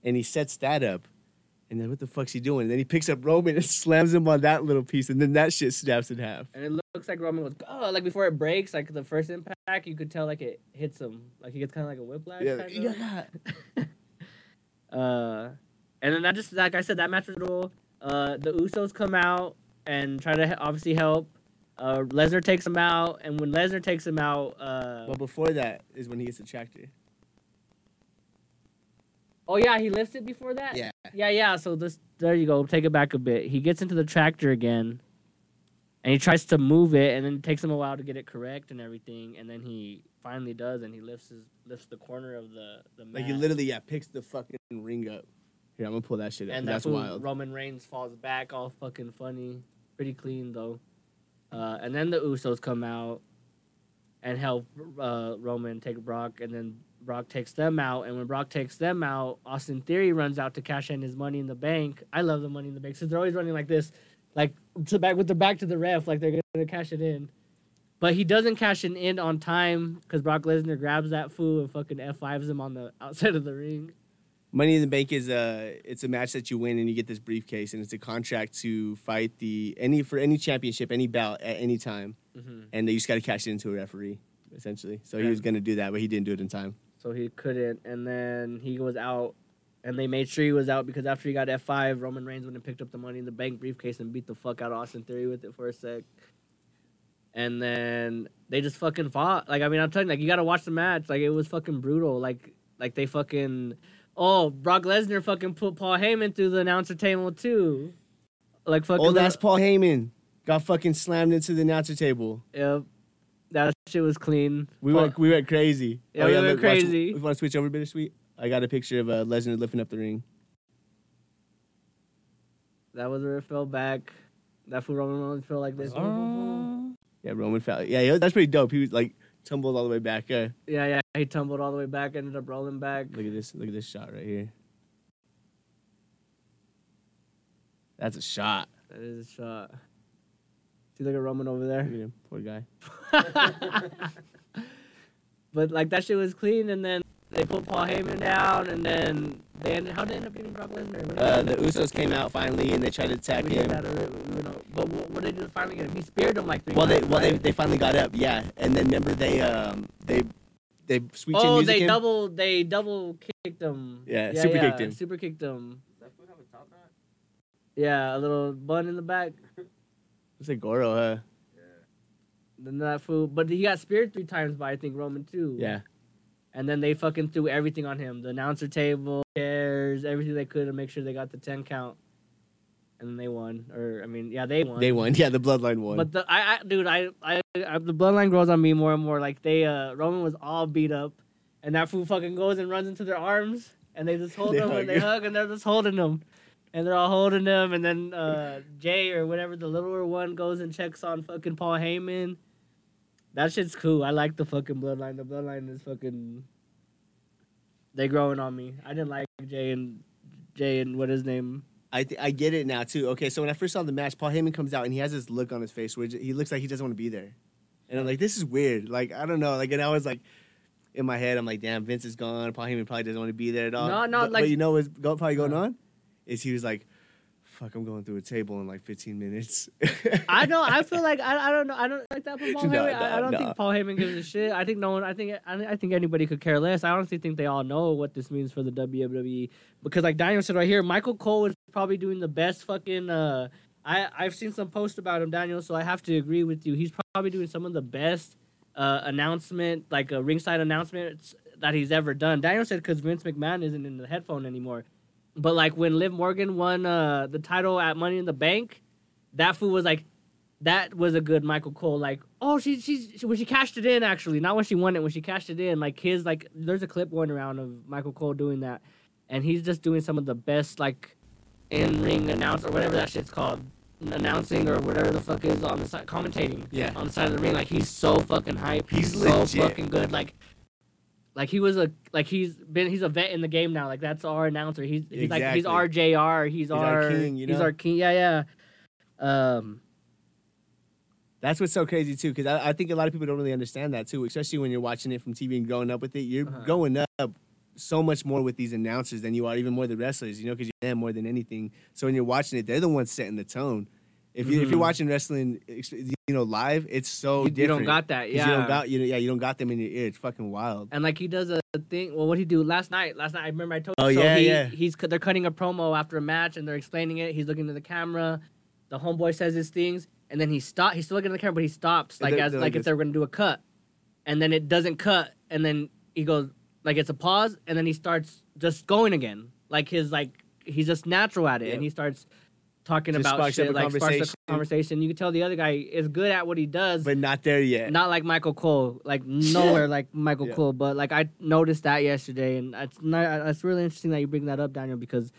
And he sets that up. And then what the fuck's he doing? And then he picks up Roman and slams him on that little piece, and then that shit snaps in half. And it looks like Roman was oh, like before it breaks, like the first impact, you could tell like it hits him, like he gets kind of like a whiplash. Yeah, kind of. yeah. Uh, and then that just like I said, that match was cool. Uh, the Usos come out and try to he- obviously help. Uh, Lesnar takes him out, and when Lesnar takes him out, uh, But before that is when he gets attracted. oh yeah, he lifts it before that. Yeah. yeah, yeah. So this, there you go. Take it back a bit. He gets into the tractor again, and he tries to move it, and then it takes him a while to get it correct and everything, and then he finally does, and he lifts his lifts the corner of the the mat. Like he literally yeah picks the fucking ring up. Here, I'm gonna pull that shit up. and 'cause that's, that's when wild. Roman Reigns falls back, all fucking funny, pretty clean though. Uh, and then the Usos come out and help uh, Roman take Brock, and then Brock takes them out. And when Brock takes them out, Austin Theory runs out to cash in his Money in the Bank. I love the Money in the Bank since they're always running like this, like to back with their back to the ref, like they're gonna cash it in. But he doesn't cash it in on time because Brock Lesnar grabs that fool and fucking F5s him on the outside of the ring. Money in the Bank is a it's a match that you win and you get this briefcase and it's a contract to fight the any for any championship any bout at any time Mm-hmm. and they just got to cash it into a referee essentially. So he was gonna do that but he didn't do it in time. so he couldn't. And then he was out, and they made sure he was out because after he got F five, Roman Reigns went and picked up the Money in the Bank briefcase and beat the fuck out of Austin Theory with it for a sec. And then they just fucking fought. Like I mean, I'm telling you, like you gotta watch the match. Like it was fucking brutal. Like like they fucking oh Brock Lesnar fucking put Paul Heyman through the announcer table too. Like fucking Oh, that's Paul Heyman got fucking slammed into the announcer table. yep. That shit was clean. We Paul- went we went crazy. Oh, Yeah, we went look, watch- crazy. If you want to switch over bittersweet, I got a picture of uh, Lesnar lifting up the ring. that was where it fell back. That fool Roman Reigns felt like this. Yeah, Roman Fowler. Yeah, yeah, that's pretty dope. He was like tumbled all the way back. Uh, Yeah, yeah. He tumbled all the way back, ended up rolling back. Look at this. Look at this shot right here. That's a shot. That is a shot. See, look at Roman over there. Look at him, poor guy. But like that shit was clean, and then they put Paul Heyman down, and then they ended. How did they end up getting Brock Lesnar? What Uh, did the Usos came out finally and they tried to attack we did him. that, or, you know, but what, what did they do to finally get him? He speared him like three. Well, they times, well they, right? they finally got up. Yeah, and then remember they um they they sweet chin oh music they him. double they double kicked him. Yeah, super kicked him. Super kicked him. Yeah, a little bun in the back. It's like Goro, huh? Then that fool, but he got speared three times by I think Roman too. Yeah. And then they fucking threw everything on him the announcer table, chairs, everything they could to make sure they got the 10 count. And then they won. Or, I mean, yeah, they won. They won. Yeah, the bloodline won. But the I, I dude, I, I, I the bloodline grows on me more and more. Like they, uh, Roman was all beat up, and that fool fucking goes and runs into their arms, and they just hold They them and hug. they hug, and they're just holding them, and they're all holding them, and then uh, Jay or whatever the littler one goes and checks on fucking Paul Heyman. That shit's cool. I like the fucking bloodline. The bloodline is fucking. They growing on me. I didn't like Jay and Jay and what his name. I th- I get it now too. Okay, so when I first saw the match, Paul Heyman comes out and he has this look on his face where j- he looks like he doesn't want to be there, and I'm like, this is weird. Like I don't know. Like and I was like, in my head, I'm like, damn, Vince is gone. Paul Heyman probably doesn't want to be there at all. No, no, But- like- Uh. but you know what's go- probably going No. on, is he was like, fuck, I'm going through a table in like 15 minutes. I don't. I feel like I, I don't know. I don't like that for Paul No, Heyman. I, I no, don't no. think Paul Heyman gives a shit. I think no one. I think I, I think anybody could care less. I honestly think they all know what this means for the WWE because, like Daniel said right here, Michael Cole is probably doing the best fucking. Uh, I I've seen some posts about him, Daniel. So I have to agree with you. He's probably doing some of the best uh, announcement, like a ringside announcement that he's ever done. Daniel said because Vince McMahon isn't in the headphone anymore. But like when Liv Morgan won uh, the title at Money in the Bank, that fool was like, that was a good Michael Cole. Like, oh, she she's she, when she cashed it in actually, not when she won it. When she cashed it in, like his like, there's a clip going around of Michael Cole doing that, and he's just doing some of the best like, in ring announce or whatever that shit's called, announcing or whatever the fuck is on the side commentating. Yeah. On the side of the ring, like he's so fucking hype. He's so legit. fucking good. Like. Like he was a like he's been he's a vet in the game now. Like that's our announcer. He's he's like he's Exactly. our JR. He's, our our, king, you He's know? our king. Yeah, yeah. Um, That's what's so crazy too, because I, I think a lot of people don't really understand that too, especially when you're watching it from TV and growing up with it. You're Uh-huh. growing up so much more with these announcers than you are even more the wrestlers, you know, because you're them more than anything. So when you're watching it, they're the ones setting the tone. If you if Mhm. you're watching wrestling, ex- you know, live, it's so you, you different. don't got that. 'cause Yeah. you don't got you know, yeah, you don't got them in your ear. It's fucking wild. and like he does a thing. Well, what he do last night? Last night I remember I told. Oh, so yeah, he, yeah. He's cu- they're cutting a promo after a match and they're explaining it. He's looking to the camera. The homeboy says his things and then he stop. He's still looking at the camera, but he stops And like they're- as they're like, like if this. they're gonna do a cut, and then it doesn't cut, and then he goes like it's a pause, and then he starts just going again. Like his like he's just natural at it, Yep. and he starts talking Just about sparks shit up a like sparks conversation. a conversation. You can tell the other guy is good at what he does, But not there yet. not like Michael Cole, like nowhere like Michael Yeah. Cole, but like I noticed that yesterday, and it's not. It's really interesting that you bring that up, Daniel, because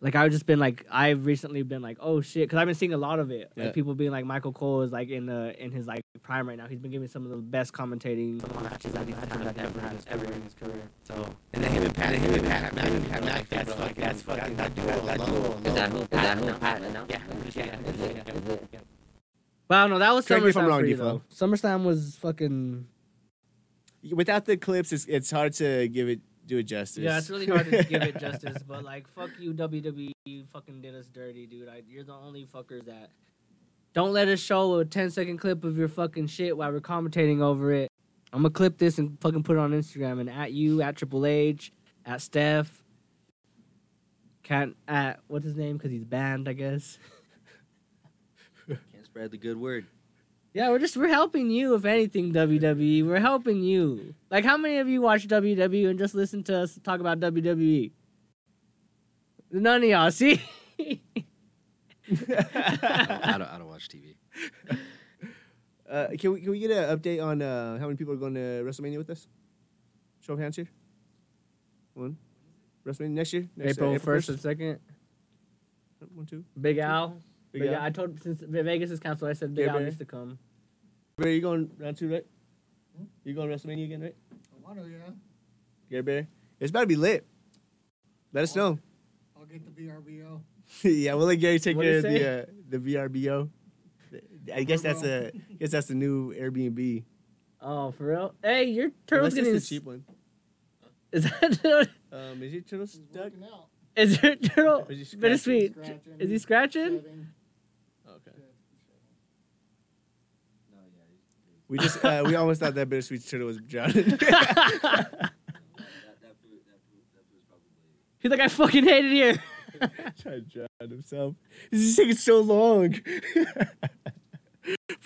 like I've just been like I've recently been like oh shit, because I've been seeing a lot of it, Yeah. like people being like Michael Cole is like in the in his like prime right now. He's been giving some of the best commentating matches that he's had ever had ever in his career. So And then him and Pat, him and Pat, Mac, Pat, Mac, that's fucking, that's fucking, that duo, that duo. Is that who Pat, who Pat, yeah, yeah, yeah. but I don't know. That was Correct me if I'm SummerSlam wrong, for you D-Flow. though. SummerSlam was fucking. Without the clips, it's it's hard to give it do it justice. Yeah, it's really hard to give it justice, but like, fuck you, WWE. You fucking did us dirty, dude. I, you're the only fuckers that don't let us show a 10 second clip of your fucking shit while we're commentating over it. I'm gonna clip this and fucking put it on Instagram and at you, at Triple H, at Steph, can't at what's his name because he's banned, I guess. Can't spread the good word. Yeah, we're just we're helping you if anything, WWE. We're helping you. Like, how many of you watch WWE and just listen to us talk about WWE? None of y'all. See, I don't, I don't, I don't watch TV. Uh, can we can we get an update on uh, how many people are going to WrestleMania with us? Show of hands here. One. WrestleMania next year. Next, uh, April first and second. One, two. Big Al. Big Big Al. Al. I told since Vegas is canceled, I said Big Al Gabriel. needs to come. Barry, you going round two, right? You going to WrestleMania again, right? Hmm? I want to, yeah. Gary Barry. It's about to be lit. Let us know. I'll get the VRBO. yeah, we'll let Gary take What'd care of he the uh, the VRBO. I guess that's a guess that's the new Airbnb. Oh, for real? Hey, your Unless turtle's it's getting the s- cheap one. Is that Um, is your turtle He's stuck? working out. is your turtle Is he bittersweet? scratching? Is he scratching? Shedding. Oh, Okay. Yeah. We just uh, we almost thought that bittersweet turtle was drowning. He's like, I fucking hate it here. Try to drown himself. This is taking so long.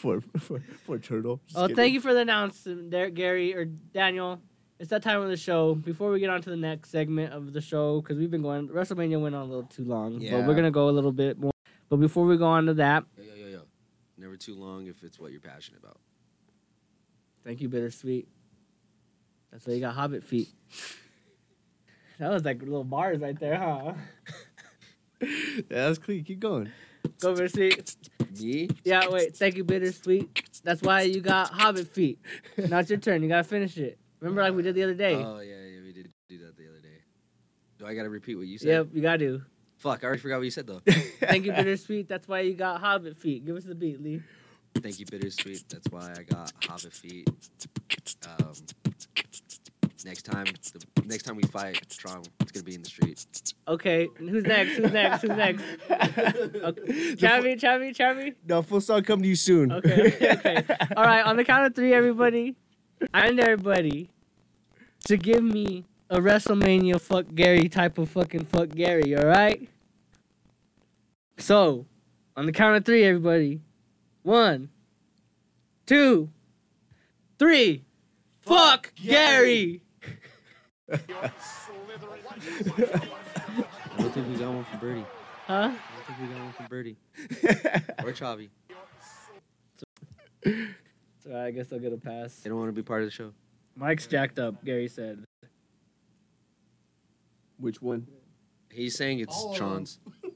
poor, poor, poor turtle. Just Oh, kidding. thank you for the announcement, there, Gary or Daniel. It's that time of the show. Before we get on to the next segment of the show, because we've been going, WrestleMania went on a little too long, but Yeah. we're gonna go a little bit more. But before we go on to that, Yo, yo, yo, yo. Never too long if it's what you're passionate about. thank you, Bittersweet. That's why you got Hobbit feet. That was like little bars right there, huh? Yeah, that was clean. Keep going. Go Bittersweet. Me? Yeah, wait. Thank you, Bittersweet. That's why you got Hobbit feet. Now it's your turn. You gotta finish it. Remember, like we did the other day. Oh yeah, yeah, we did do that the other day. Do I gotta repeat what you said? yep, you gotta do. Fuck, I already forgot what you said though. Thank you, Bittersweet. That's why you got Hobbit feet. Give us the beat, Lee. Thank you, bittersweet. That's why I got hobbit feet. Um, next time, the, next time we fight, strong. It's gonna be in the street. Okay, who's next? Who's next? Who's next? Okay. Chavi, Chavi, Chavi. No, full song come to you soon. Okay, okay, okay. All right, on the count of three, everybody, I need everybody to give me a WrestleMania fuck Gary type of fucking fuck Gary, all right? So, on the count of three, everybody. One, two, three. Fuck, Gary. I don't think we got one from Birdie. Huh? I don't think we got one from Birdie or Chavi. So I guess I'll get a pass. They don't want to be part of the show. Mike's jacked up, Gary said. Which one? He's saying it's All of them. Tron's. He's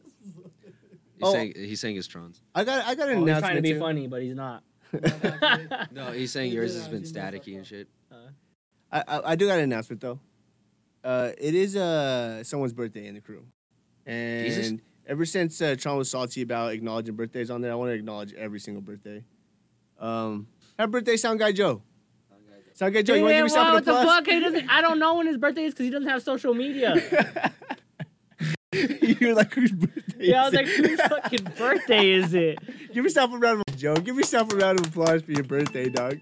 Oh. saying he's saying it's Tron's. I got I got an Oh, he's trying to announcement. be too. funny, but he's not. No, he's saying He yours did has been actually mess up staticky and that. shit. I, I I do got an announcement though. Uh, it is uh someone's birthday in the crew, and Jesus. ever since uh, Tron was salty about acknowledging birthdays on there, I want to acknowledge every single birthday. Um, happy birthday, Sound Guy Joe. Sound Guy Joe, you want to give Damn, yourself wow, an what the applause? fuck? He doesn't, I don't know when his birthday is because he doesn't have social media. You're like whose birthday? yeah, I is was like, it? whose fucking birthday is it? give yourself a round of Joe. Give yourself a round of applause for your birthday, dog.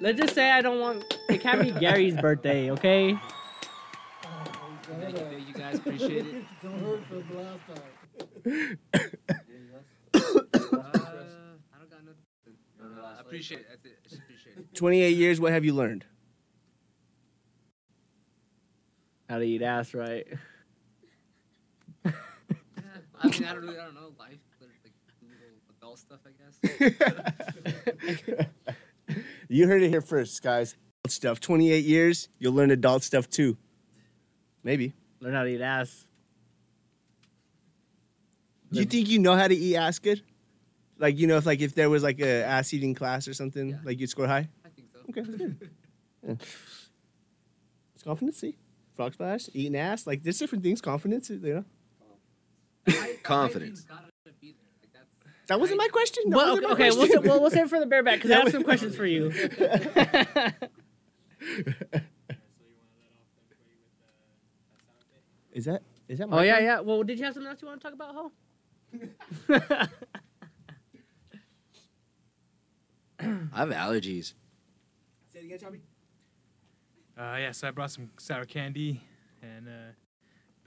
Let's just say I don't want. It can't be Gary's birthday, okay? Thank you, you guys appreciate it. Don't hurt for the last time. Uh, I don't got nothing. Uh, I appreciate it. I appreciate it. 28 years. What have you learned? How to eat ass, right? I mean, I don't really, I don't know life, but like little adult stuff, I guess. you heard it here first, guys. Adult stuff. 28 years, you'll learn adult stuff too. Maybe. Learn how to eat ass. You think you know how to eat ass good? Like you know, if like if there was like a ass eating class or something, Yeah. like you'd score high. I think so. Okay, that's good. Yeah. It's competency. Frog splash, eating ass. Like there's different things. Confidence, you know. Confidence. Gotta be there. Like that's. That wasn't my question. That Well, wasn't my okay, okay we'll, sa- question. we'll, we'll save it for the bareback because I Yeah, have we- some questions for you. is that is that? My oh, yeah, yeah. Well, did you have something else you want to talk about, Ho? I have allergies. Uh, yeah, so I brought some sour candy and uh,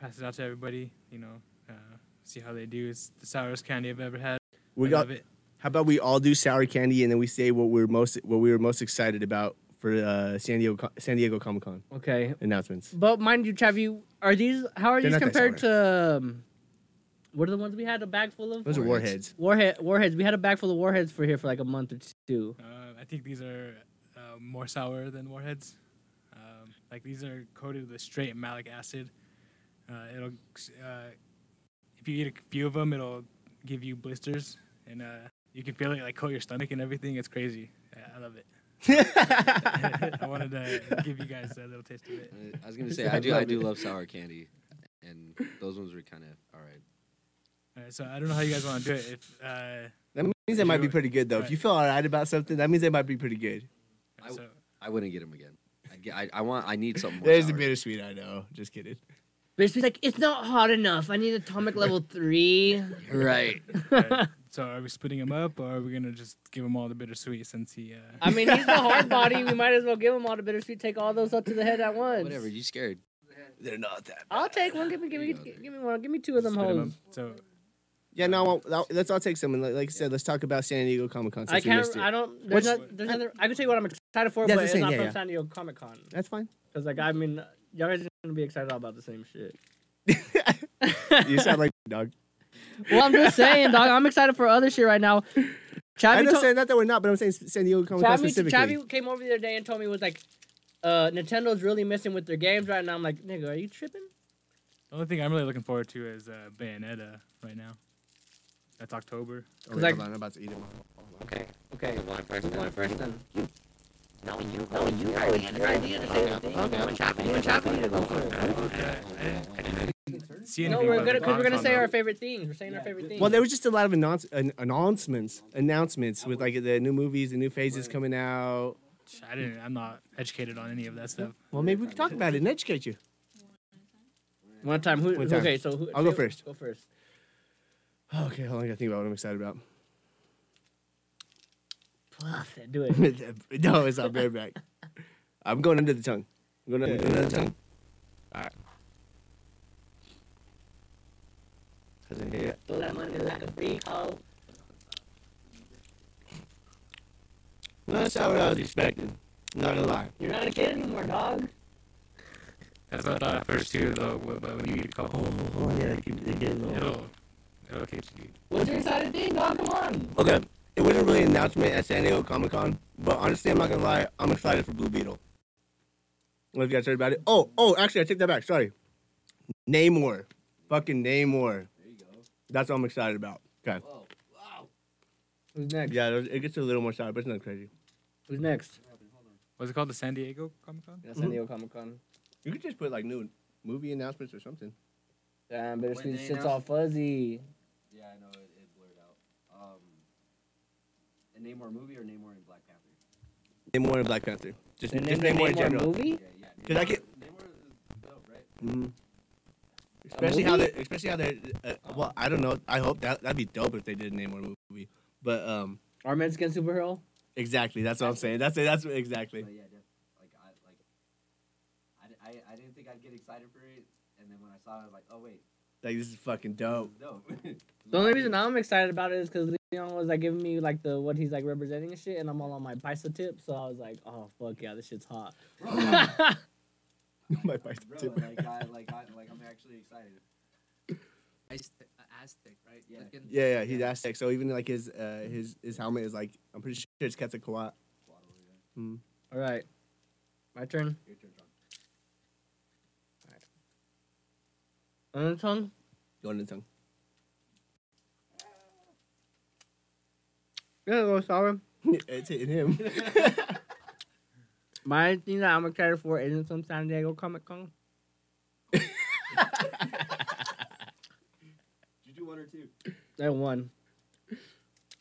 passed it out to everybody. You know, uh, see how they do. It's the sourest candy I've ever had. We I got. love it. How about we all do sour candy and then we say what we're most what we were most excited about for uh, San Diego San Diego Comic Con okay. announcements. But mind you, Chavi, are these, how are They're these not that compared to, um, what are the ones we had? A bag full of? Those are warheads. Warheads. Warhead, warheads. We had a bag full of warheads for here for like a month or two. Uh, I think these are uh, more sour than warheads. Um, like these are coated with straight malic acid. Uh, it'll uh, if you eat a few of them, it'll give you blisters, and uh, you can feel it like coat your stomach and everything. It's crazy. I, I love it. I wanted to give you guys a little taste of it. Uh, I was gonna say I do I do love sour candy, and those ones were kind of all right. All right, so I don't know how you guys want to do it. If uh, That means they might be pretty good though. If you feel alright about something, that means they might be pretty good. I- so, I wouldn't get them again. I, get- I, I want I need something more. There's the sour. bittersweet. I know. Just kidding. But she's like, it's not hot enough. I need atomic level three. Right. alright, so are we splitting them up, or are we gonna just give them all the bittersweet since he? Uh, I mean, he's the hard body. We might as well give him all the bittersweet. Take all those up to the head at once. Whatever. You scared? They're not that. I'll take one. Give me, give me, There you go. give me one. Give me two of them split 'em hoes. up? So Yeah, no. I won't- I'll- let's all take some. And like, like I said, let's talk about San Diego Comic Con. I since we can't. missed it. I don't. There's What's- not. There's nothing. I can tell you what I'm excited for, but That's the it's same, not yeah, from yeah. San Diego Comic Con. That's fine. Cause like I mean, y'all guys are gonna be excited all about the same shit. You sound like a dog. Well, I'm just saying, dog. I'm excited for other shit right now. I Chavi, don't to- say not that we're not, but I'm saying San Diego Comic Con Chavi, specifically. Chavi came over the other day and told me was like, uh, Nintendo's really missing with their games right now. I'm like, nigga, are you tripping? The only thing I'm really looking forward to is uh, Bayonetta right now. That's October. Oh, wait, like- hold on, I'm about to eat it. Okay. Okay. One person. One person. You. No, you. No, you. I See No, anything we're about gonna because we're gonna the Comic-Con, say though. our favorite things. We're saying our favorite things. Well, there was just a lot of announce- an- announcements, announcements with like the new movies, the new phases coming out. I didn't. I'm not educated on any of that stuff. Well, maybe we can talk about it and educate you. one time. Who, One time. Okay, so who, I'll go who- first. Go first. Okay, hold on. I gotta think about what I'm excited about. Bluff it. Do it. no, it's not bareback. I'm going under the tongue. I'm going under, under the tongue. That's not what I was expecting. Not a lie. You're not a kid anymore, dog. That's what I thought at first too, though. wh- But when you eat coho, Oh, yeah, keep it again. it'll it'll catch you. What's your excited thing, Don? Come on. Okay. It wasn't really an announcement at San Diego Comic Con, but honestly, I'm not gonna lie, I'm excited for Blue Beetle. What have you guys heard about it? Oh, oh, actually, I take that back. Sorry. Namor. Fucking Namor. There you go. Oh, That's what I'm excited about. Okay. Whoa. Wow. Who's next? Yeah, there's- it gets a little more solid, but it's not crazy. Who's next? What happened? Hold on. Was it called the San Diego Comic Con? Yeah, Mm-hmm. San Diego Comic Con. You could just put like new movie announcements or something. Damn, bittersweet they shit's all announced- fuzzy. Yeah, I know it, it blurred out. Um, a Namor movie or Namor in Black Panther? Namor and Black Panther. Just, They just named the Namor, in Namor general. movie? Yeah, yeah. Did I Namor- get- Namor is dope, right? Mhm. Especially how movie? they, especially how they. Uh, well, I don't know. I hope that that'd be dope if they did a Namor movie. But um, Our Mexican superhero? exactly. That's what I'm saying. That's it. That's what, exactly. But yeah, def- like I like. I, di- I, I didn't think I'd get excited for it, and then when I saw it, I was like, oh wait, Like this is fucking oh dope. dope. The only reason I'm excited about it is because Leon was like giving me like the what he's like representing and shit, and I'm all on my bicep tip, so I was like, oh fuck yeah, this shit's hot. My Bro, bicep tip. like I like I like I'm actually excited. Aztec, uh, Aztec right? Yeah. Looking- Yeah, yeah, he's Aztec. So even like his uh, his his helmet is like I'm pretty sure it's Quetzalcoatl. all right, my turn. Your turn, John. Another tongue. Going in tongue. Yeah, go sour. it's hitting him. My thing that I'm excited for isn't some San Diego Comic Con. Did you do one or two? That one.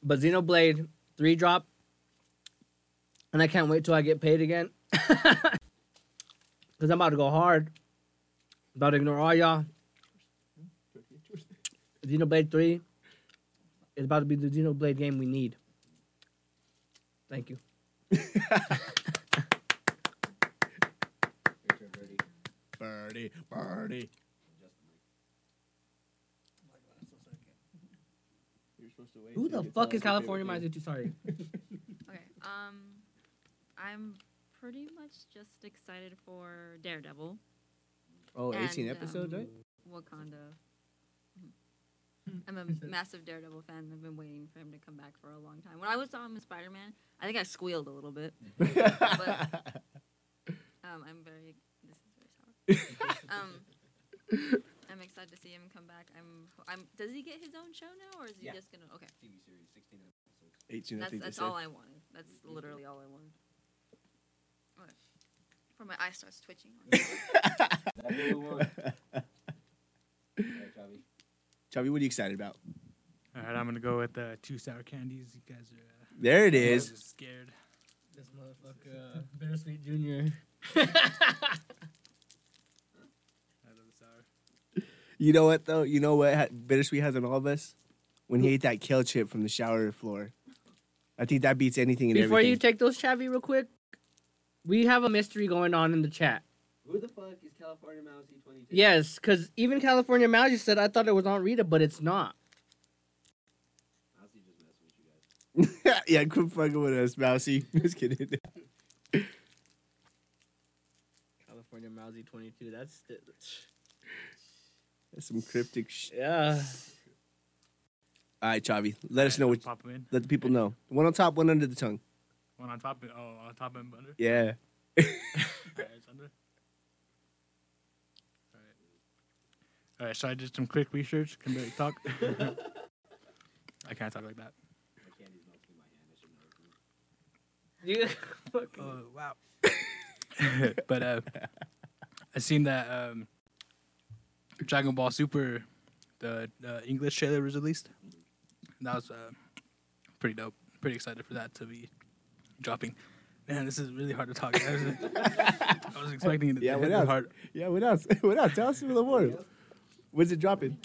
But Xenoblade three drop, and I can't wait till I get paid again, cause I'm about to go hard. About to ignore all y'all. Xenoblade three is about to be the Xenoblade game we need. Thank you. Your turn, Brody. Birdie, birdie. Justin, like, You're supposed to wait. Who the fuck is California Miles to? Sorry. Okay. Um, I'm pretty much just excited for Daredevil, Oh, 18 And, episodes, um, right? Wakanda. I'm a massive Daredevil fan. I've been waiting for him to come back for a long time. When I was saw him in Spider Man, I think I squealed a little bit. but- Um, I'm very. This is very sour. um, I'm excited to see him come back. I'm. I'm. Does he get his own show now, or is he Yeah. just gonna? Okay, TV series, 16 episodes. 18, I that's think they that's said. all I wanted. That's literally all I wanted. Okay. Before my eye starts twitching. That blue one. Alright, Chavi. Chubby, what are you excited about? All right, I'm gonna go with uh, two sour candies. You guys are. Uh, There it you guys is. are scared. This motherfucker, Bittersweet Junior. I love the sour. You know what though? You know what ha- Bittersweet has on all of us? When he ate that kale chip from the shower floor. I think that beats anything and Before everything. you take those, Chavi, real quick, we have a mystery going on in the chat. Who the fuck is California Mouse C22? Yes, because even California Mouse said I thought it was on Rita, but it's not. Honestly, just messing with you guys. yeah, quit fucking with us, Mousy. Just kidding. California Mousy 22. That's the, That's some cryptic sh yeah. All right, Chavi, let us know what. Pop 'em in. Let the people know. One on top, one under the tongue. One on top. And, oh, on top and under. Yeah. All right, it's under. All right. All right. So I did some quick research. Can barely talk. I can't talk like that. My candy's melting in my hand. I should know. You, Oh wow. but uh, I seen that um, Dragon Ball Super, the uh, English trailer was released. And that was uh, pretty dope. Pretty excited for that to be dropping. Man, this is really hard to talk. I was, I was expecting it to Yeah, hit what me else? hard. Yeah, what else? What else? Tell us a little more. When's it dropping?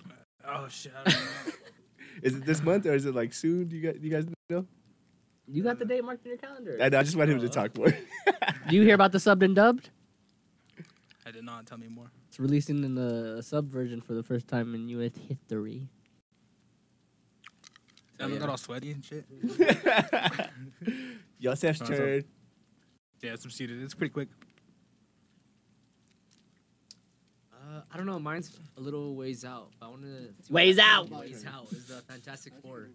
Oh shit! I don't know. Is it this month or is it like soon? Do you guys, do you guys know? you got the date marked in your calendar. I, know, I just want him to talk more. Do you hear about the subbed and dubbed? I did not tell me more. It's releasing in the sub version for the first time in U.S. history. I got all sweaty and shit. Yosef's Sounds up. turn. Yeah, it's proceeded. It's pretty quick. Uh, I don't know. Mine's a little ways out. But I want to Ways out. Ways out is the Fantastic Four.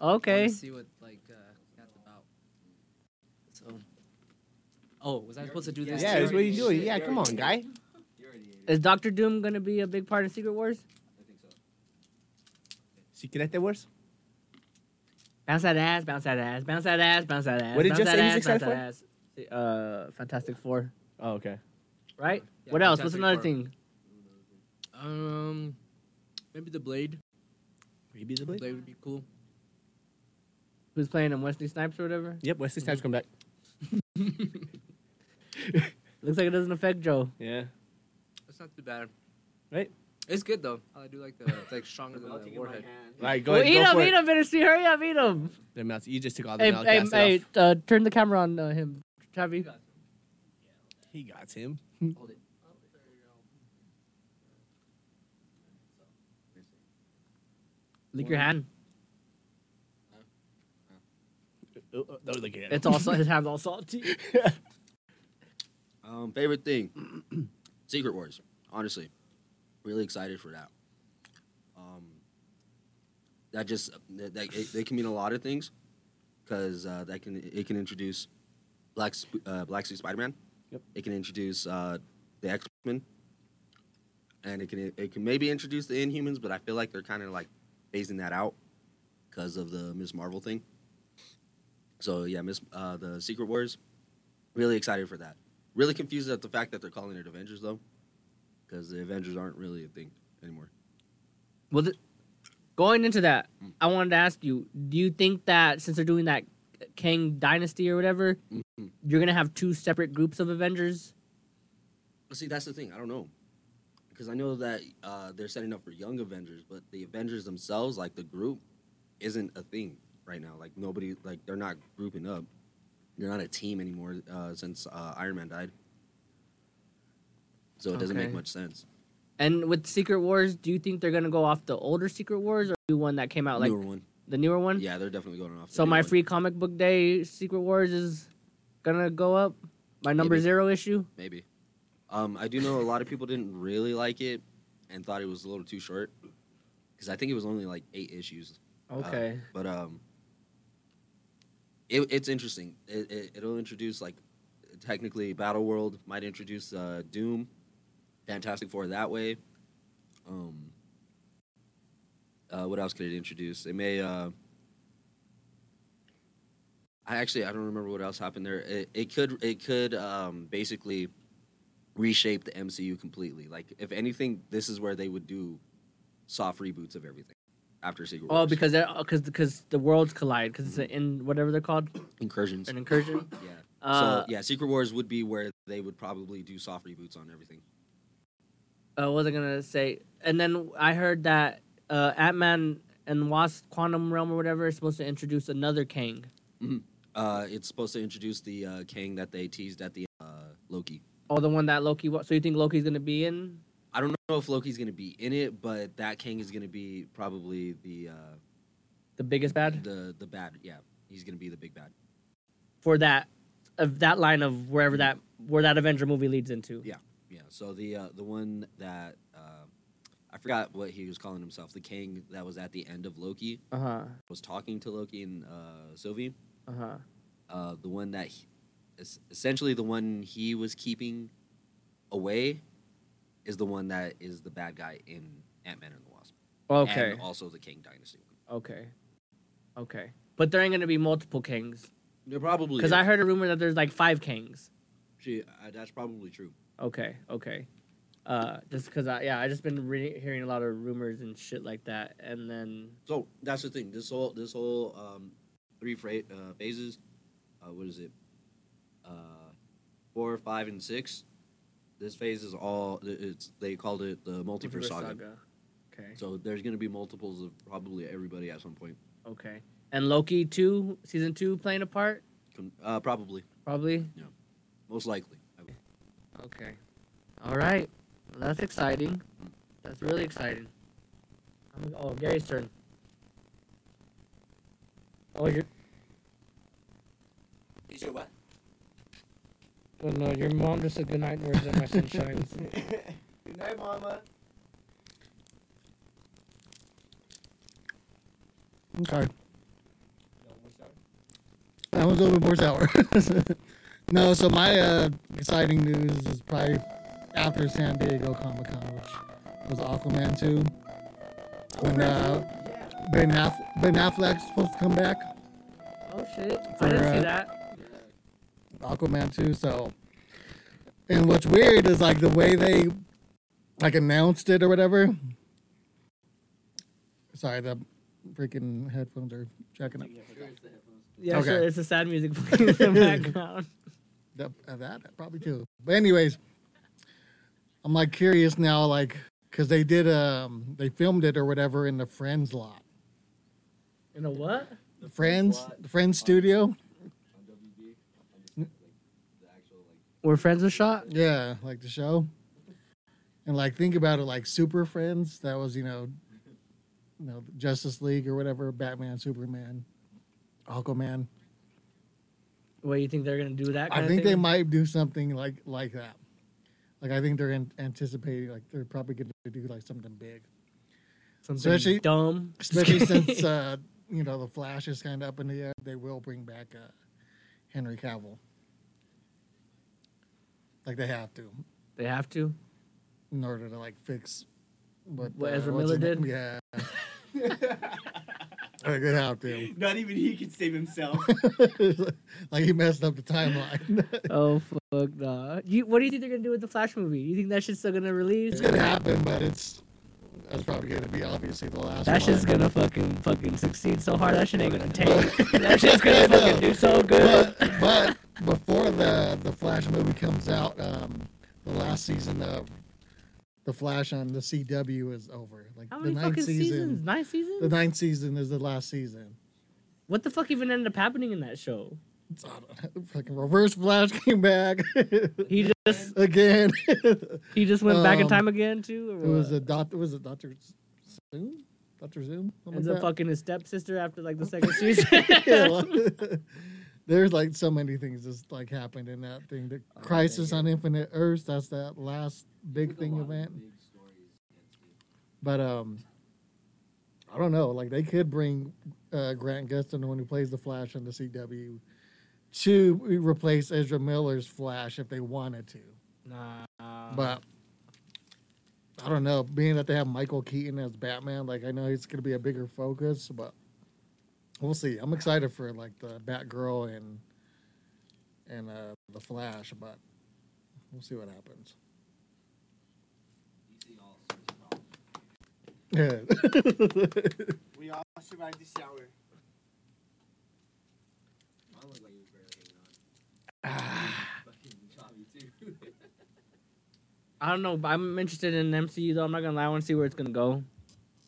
Okay. Wanna see what like uh, that's about. So, oh, was I supposed to do this? Yeah, too? that's what you doing. Yeah, come on, guy. You already ate it. Is Doctor Doom gonna be a big part in Secret Wars? I think so. Secret Wars. Bounce that ass, bounce that ass, bounce that ass, bounce that ass. What did bounce Jeff that say ass, he's bounce excited that ass. Uh, Fantastic Four, Oh, okay. right? Yeah, what else? What's Fantastic another Four. thing? Um, maybe the Blade. Maybe the Blade blade. would be cool. Who's playing him? Wesley Snipes or whatever? Yep, Wesley Snipes come back. Looks like it doesn't affect Joe. Yeah. That's not too bad. Right? It's good though. I do like the it's like stronger than Melting in the my warhead. hand. All right, go Well, ahead. eat go him, for eat it. him, Ministry. Hurry up, eat him. Their mouths. You just took all the Hey, mouth hey, gas hey, off. uh, turn the camera on uh, him, Chavi. He got him. Lick your hand. Oh, oh, don't look at him. It's all his hand's all salty. Um, favorite thing, Secret Wars. Honestly, really excited for that. Um, that just that, that it, they can mean a lot of things, because uh, that can it can introduce Black Sp- uh, Black Suit Spider Man. Yep. It can introduce uh, the X Men, and it can it can maybe introduce the Inhumans, but I feel like they're kind of like phasing that out because of the Ms. Marvel thing. So yeah, Miss uh, the Secret Wars. Really excited for that. Really confused at the fact that they're calling it Avengers though, because the Avengers aren't really a thing anymore. Well, th- going into that, Mm. I wanted to ask you: Do you think that since they're doing that Kang Dynasty or whatever, Mhm. you're gonna have two separate groups of Avengers? But see, that's the thing. I don't know, because I know that uh, they're setting up for Young Avengers, but the Avengers themselves, like the group, isn't a thing right now. Like nobody, like they're not grouping up. They're not a team anymore uh, since uh, Iron Man died. So it doesn't Okay. make much sense. And with Secret Wars, do you think they're gonna go off the older Secret Wars or the one that came out like Newer one, the newer one? yeah, they're definitely going off. the So new my one. free comic book day Secret Wars is gonna go up. My number Maybe. zero issue. maybe. Um, I do know a lot of people didn't really like it and thought it was a little too short because I think it was only like eight issues. Okay. But um, it, it's interesting. It, it, it'll introduce like technically Battle World might introduce uh, Doom, Fantastic Four that way. Um, uh, what else could it introduce? It may. Uh, I actually I don't remember what else happened there. It, it could it could um, basically reshape the MCU completely. Like if anything, this is where they would do soft reboots of everything after Secret oh, Wars. because they're because because the worlds collide because it's in whatever they're called incursions. an incursion. Yeah. Uh, so yeah, Secret Wars would be where they would probably do soft reboots on everything. uh, what was I gonna say? And then I heard that uh, Ant Man and Wasp Quantum Realm or whatever is supposed to introduce another Kang. Uh, it's supposed to introduce the uh, Kang that they teased at the uh, Loki. Oh, the one that Loki. Wa- so you think Loki's gonna be in? I don't know if Loki's gonna be in it, but that Kang is gonna be probably the uh, The biggest bad the the bad. Yeah, he's gonna be the big bad. for that of that line of wherever that where that Avenger movie leads into. Yeah. Yeah. So the uh, the one that uh, I forgot what he was calling himself, the Kang that was at the end of Loki Uh huh. was talking to Loki and uh, Sylvie. Uh huh. uh, the one that he, es- essentially the one he was keeping away is the one that is the bad guy in Ant Man and the Wasp. Okay. And also the King Dynasty. okay. Okay. But there ain't gonna be multiple Kangs They're probably because I heard a rumor that there's like five Kangs. She, uh, that's probably true. Okay. Okay. Uh, just because I yeah I just been re- hearing a lot of rumors and shit like that, and then So that's the thing. This whole this whole um, three phra- uh, phases. Uh, what is it? Uh, four, five, and six. This phase is all. It's they called it the multiverse, saga. Okay. So there's going to be multiples of probably everybody at some point. Okay. And Loki two, season two, playing a part Com- Uh, probably, probably. most likely. I would- Okay. All right. Well, that's exciting. That's really exciting. I'm- oh, Gary's turn. Oh, your Is your what? oh, no, your mom just said goodnight words at my sunshines. Good night, Mama. Okay. That was over more sour. no, so my uh, exciting news is probably after San Diego Comic Con, which was Aquaman 2. When uh, ben, Aff- ben Affleck's supposed to come back, Oh shit! For, I didn't see uh, that. Aquaman 2, so. And what's weird is like the way they like announced it or whatever. Sorry, the freaking headphones are jacking up. Yeah, Okay. sure. It's a sad music playing in the background. That, uh, that probably too. But anyways, I'm like curious now, like because they did um they filmed it or whatever in the Friends lot, You know what? the Friends, the Friends studio. We're friends with Shot. Yeah, like the show. And like think about it, like Super Friends. That was you know, you know Justice League or whatever, Batman, Superman, Aquaman. What you think they're gonna do that? Kind I of think thing? they might do something like like that. Like I think they're an anticipating, like they're probably going to do like something big. Something especially- dumb. especially since uh, you know the Flash is kind of up in the air. They will bring back uh, Henry Cavill, like they have to, they have to. in order to like fix what, What uh, Ezra what's Miller his name- did? Yeah, like they have to. Not even he can save himself. like he messed up the timeline. Oh fuck nah. You, what do you think they're gonna do with the Flash movie? You think that shit's still gonna release? it's gonna happen, but it's that's probably gonna be obviously the last. That shit's one. gonna fucking fucking succeed so hard. That shit ain't gonna take. that shit's gonna fucking do so good. But, but before the the Flash movie comes out, um, the last season uh, of the Flash on the CW is over. Like How the many ninth fucking season, seasons? Nine seasons? the ninth season is the last season. What the fuck even ended up happening in that show? It's- I don't know, Fucking Reverse Flash came back He just again. it he just went back in Um, time again too. Or was a what? doctor. Was it Doctor Zoom? Doctor Zoom? Something ends like up that? fucking his stepsister after like the second season. Yeah, well, There's like so many things that's like happened in that thing. The Crisis on Infinite Earths. That's that last big thing event. But um, I don't know. Like they could bring uh, Grant Gustin, the one who plays the Flash in the CW, to replace Ezra Miller's Flash if they wanted to. nah. But I don't know. Being that they have Michael Keaton as Batman, like I know he's going to be a bigger focus, but we'll see. I'm excited for like the Batgirl and and uh, the Flash, but we'll see what happens. Yeah. we all survived the shower. I don't know. But I'm interested in MCU though. I'm not gonna lie. I want to see where it's gonna go.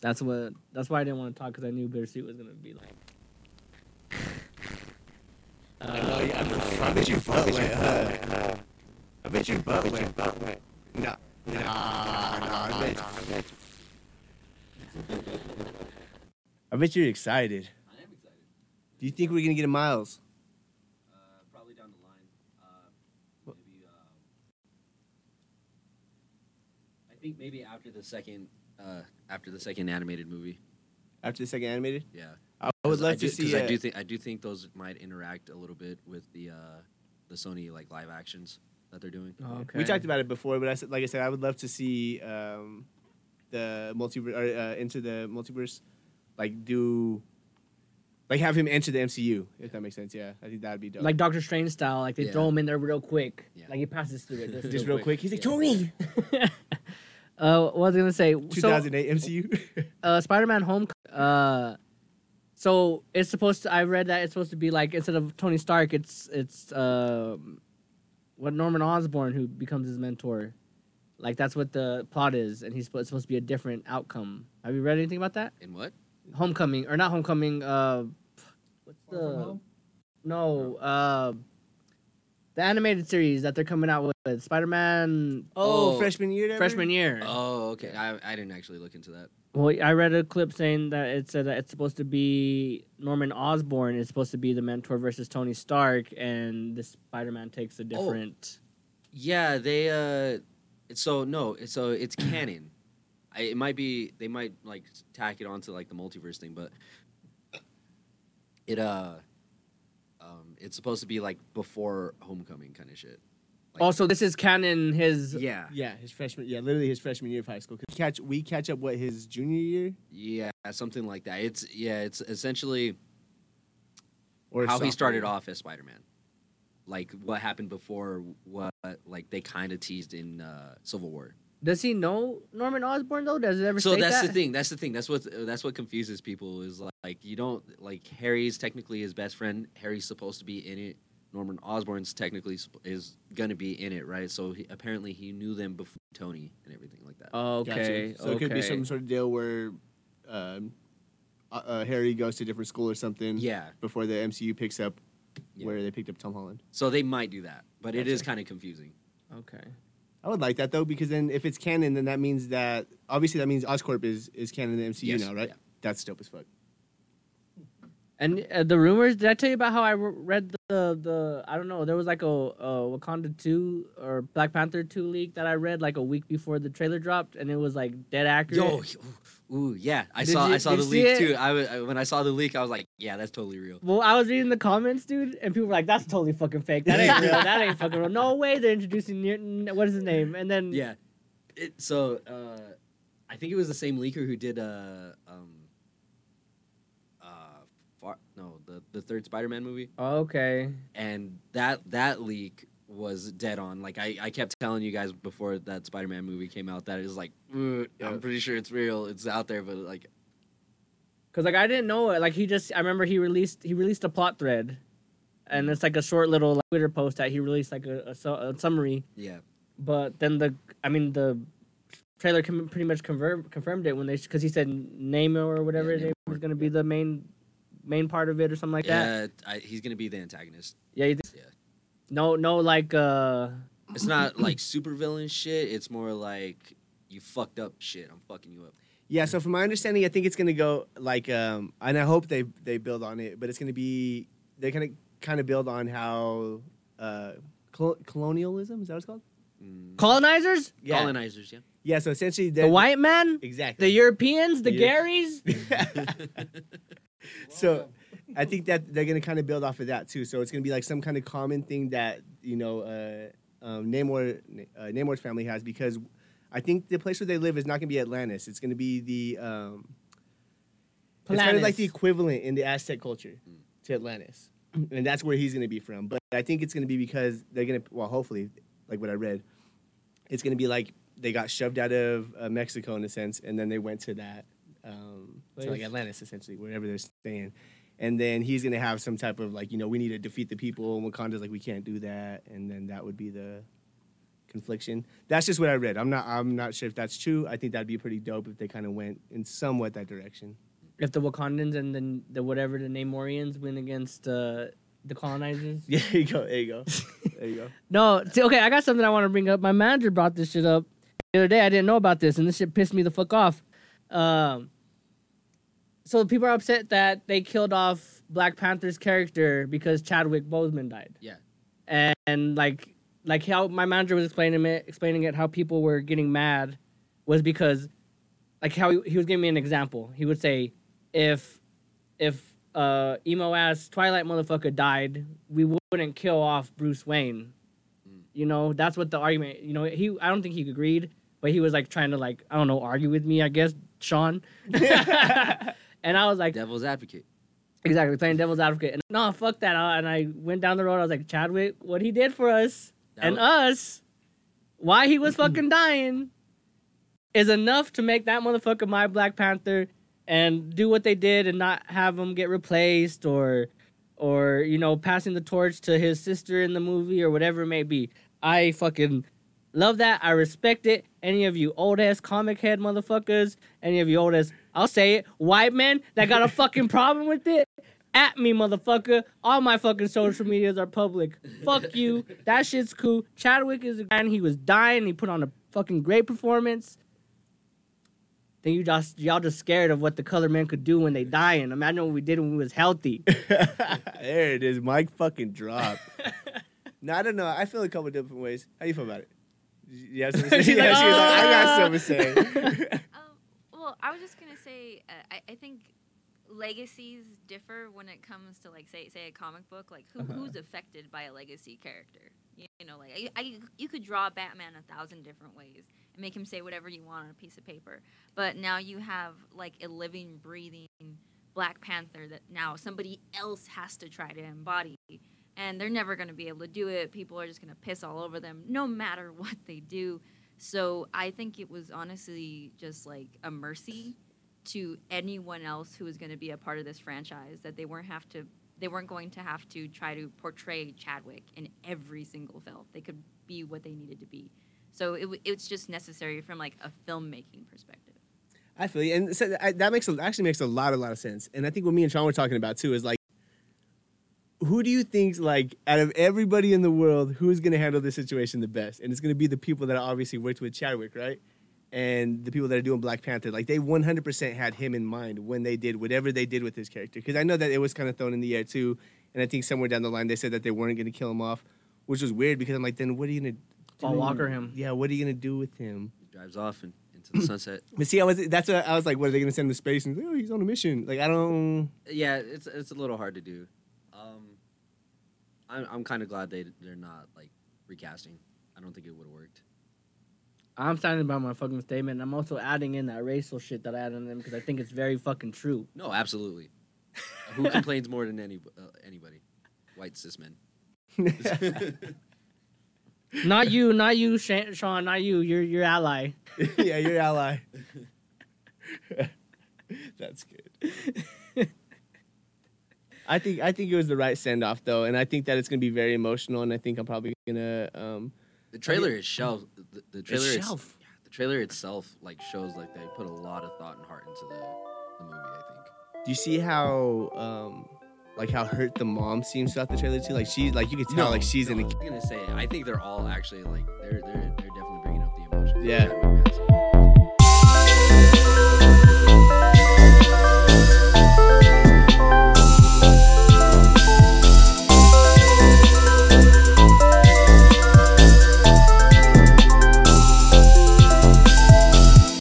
That's what. That's why I didn't want to talk because I knew Bittersweet was gonna be like. I bet you butt wet, huh? uh, I bet you butt wet. Nah, nah, nah, I bet you I bet you're excited. I am excited. Do you think we're gonna get a Miles? Uh, probably down the line. Uh, maybe. Um, I think maybe after the second, uh, after the second animated movie. After the second animated? Yeah. I would 'Cause love I do, to 'cause see. I a- do think I do think those might interact a little bit with the uh, the Sony like live actions that they're doing. Uh, Okay. We talked about it before, but I said, like I said, I would love to see um, the multiverse or, uh, into the multiverse, like do, like have him enter the MCU if that makes sense. Yeah, I think that'd be dope. Like Doctor Strange style, like they throw Yeah. him in there real quick. Yeah. Like he passes through it. Just, just real quick, he's like Yeah. Tony. Uh, what was I gonna say? So, 2008 MCU. uh, Spider-Man Home. Uh, so it's supposed to. I read that it's supposed to be like instead of Tony Stark, it's it's um, what Norman Osborn who becomes his mentor. Like that's what the plot is, and he's supposed, it's supposed to be a different outcome. Have you read anything about that? In what? Homecoming or not Homecoming? Uh, what's Far From the Home? no? Uh, the animated series that they're coming out with Spider-Man oh, Oh. freshman year. Never? freshman year. Oh, okay. I, I didn't actually look into that. Well, I read a clip saying that it said that it's supposed to be Norman Osborn is supposed to be the mentor versus Tony Oh, Stark, and the Spider-Man takes a different. Yeah, they uh It's so no, it's so it's canon. I, it might be they might like tack it onto like the multiverse thing, but it uh, um, it's supposed to be like before Homecoming kind of shit. Like- also, this is canon. His Yeah, Yeah, his freshman. Yeah, literally his freshman year of high school. 'Cause we catch we catch up what his junior year yeah, something like that. It's yeah, it's essentially or how he sophomore started year. off as Spider-Man, like what happened before what like they kind of teased in uh, Civil War. does he know Norman Osborn though? Does it ever so state that's that? the thing that's the thing that's what that's what confuses people is like, like you don't like harry's technically his best friend harry's supposed to be in it norman osborn's technically sup- is gonna be in it right so he, apparently he knew them before tony and everything like that Um, Gotcha. Okay, So it could be okay. some sort of deal where um, uh, uh, Harry goes to a different school or something. yeah Before the MCU picks up Yeah. where they picked up Tom Holland. so they might do that but it is Gotcha. kind of confusing Okay. I would like that though because then if it's canon, then that means that obviously that means Oscorp is is canon in the MCU Yes, now, right? yeah. That's dope as fuck. And uh, the rumors. Did I tell you about how I re- read the, the I don't know. There was like a, a Wakanda two or Black Panther two leak that I read like a week before the trailer dropped, and it was like dead accurate. yo he- ooh, ooh, yeah i Did saw you- i saw did the you see leak it? too I, wa- I when i saw the leak i was like yeah that's totally real Well, I was reading the comments, dude, and people were like, "That's totally fucking fake. That ain't real. That ain't fucking real. No way they're introducing Newton. What is his name?" And then yeah it, so uh i think it was the same leaker who did uh um uh far no the the third spider-man movie Okay. and that that leak was dead on like i i kept telling you guys before that spider-man movie came out that it was like "Ugh, i'm pretty sure it's real it's out there but like Cause like I didn't know it. Like he just I remember he released he released a plot thread, and it's like a short little like, Twitter post that he released like a, a, su- a summary. yeah But then the I mean the trailer com- pretty much confirm- confirmed it when they because he said Namor or whatever Yeah, his name Namor, was gonna be the main main part of it or something like that. yeah I, he's gonna be the antagonist Yeah. You think? Yeah. No, no, like uh, it's not like super villain shit it's more like you fucked up shit i'm fucking you up Yeah, so from my understanding, I think it's gonna go like, um, and I hope they they build on it, but it's gonna be they're gonna kind of build on how uh, col- colonialism is that what it's called? Mm. colonizers, Yeah. colonizers yeah Yeah, so essentially the white man, the exactly. Europeans, the Yeah. Garys. so I think that they're gonna kind of build off of that too. So it's gonna be like some kind of common thing that you know uh, um, Namor uh, Namor's family has because I think the place where they live is not gonna be Atlantis. It's gonna be the um, It's kind of like the Planis. equivalent in the Aztec culture to Atlantis, and that's where he's going to be from. But I think it's going to be because they're going to, well, hopefully, like what I read, it's going to be like they got shoved out of uh, Mexico in a sense, and then they went to that, um, to like Place. Atlantis essentially, wherever they're staying. And then he's going to have some type of like, you know, we need to defeat the people, and Wakanda's like, we can't do that, and then that would be the confliction. That's just what I read. I'm not, I'm not sure if that's true. I think that'd be pretty dope if they kind of went in somewhat that direction. if the Wakandans and the, the whatever the Namorians win against uh, the colonizers. Yeah, there you go. There you go. There you go. No, see, okay, I got something I want to bring up. My manager brought this shit up the other day. I didn't know about this, and this shit pissed me the fuck off. Um, so people are upset that they killed off Black Panther's character because Chadwick Boseman died. Yeah. and, like like how my manager was explaining it, explaining it how people were getting mad was because like how he, he was giving me an example. He would say if if uh, emo ass Twilight motherfucker died, we wouldn't kill off Bruce Wayne. You know, that's what the argument. You know, he I don't think he agreed, but he was like trying to like I don't know argue with me. I guess Sean. and I was like, devil's advocate exactly playing devil's advocate. And no, fuck that. Uh, And I went down the road. I was like, Chadwick, what he did for us That and was- us, why he was fucking dying, is enough to make that motherfucker my Black Panther and do what they did and not have him get replaced or, or you know, passing the torch to his sister in the movie or whatever it may be. I fucking love that. I respect it. Any of you old ass comic head motherfuckers, any of you old ass, I'll say it, white men that got a fucking problem with it, at me, motherfucker. All my fucking social medias are public. Fuck you. That shit's cool. Chadwick is a man. He was dying. He put on a fucking great performance. Then you just y'all just scared of what the color men could do when they dying. Imagine what we did when we was healthy. there it is. Mike fucking drop. no, I don't know. I feel a couple different ways. How do you feel about it? Yeah, she's like, She's like, yeah, she was like, I "Ah." got something to say. Um, well, I was just gonna say, uh, I, I think legacies differ when it comes to like say say a comic book, like who, Uh-huh. who's affected by a legacy character. You, you know, like I, I, you could draw Batman a thousand different ways and make him say whatever you want on a piece of paper, but now you have like a living, breathing Black Panther that now somebody else has to try to embody. And they're never going to be able to do it. People are just going to piss all over them, no matter what they do. So I think it was honestly just like a mercy to anyone else who was going to be a part of this franchise that they weren't have to they weren't going to have to try to portray Chadwick in every single film. They could be what they needed to be. So it w- it's just necessary from like a filmmaking perspective. I feel you, and so I, that makes a, actually makes a lot, a lot of sense. And I think what me and Sean were talking about too is like, who do you think like out of everybody in the world, who's going to handle this situation the best? And it's going to be the people that obviously worked with Chadwick, right? And the people that are doing Black Panther, like they 100% had him in mind when they did whatever they did with his character. Because I know that it was kind of thrown in the air too, and I think somewhere down the line they said that they weren't going to kill him off, which was weird because I'm like, then what are you going to? Paul Walker him. Yeah, what are you going to do with him? drives off and into the sunset. But see, I was that's what I was like, what are they gonna send him to space? And he's like, oh, he's on a mission. Like I don't. Yeah, it's it's a little hard to do. Um, I'm I'm kind of glad they they're not like recasting. I don't think it would have worked. I'm standing by my fucking statement. and I'm also adding in that racial shit that I added in them because I think it's very fucking true. No, absolutely. Who complains more than any uh, anybody? White cis men. Not you, not you, Sha- Sean, not you. You're your ally. yeah, your ally. that's good. I think I think it was the right send off though, and I think that it's gonna be very emotional, and I think I'm probably gonna. um The trailer is shelf. The, the trailer is- shelf. yeah, the trailer itself like shows like they put a lot of thought and heart into the, the movie. I think. Do you see how? um like how hurt the mom seems throughout the trailer too. Like she, like you could tell, like she's in. I'm A, gonna say I think they're all actually like they're they're they're definitely bringing up the emotions. of Yeah. Chadwick Boseman.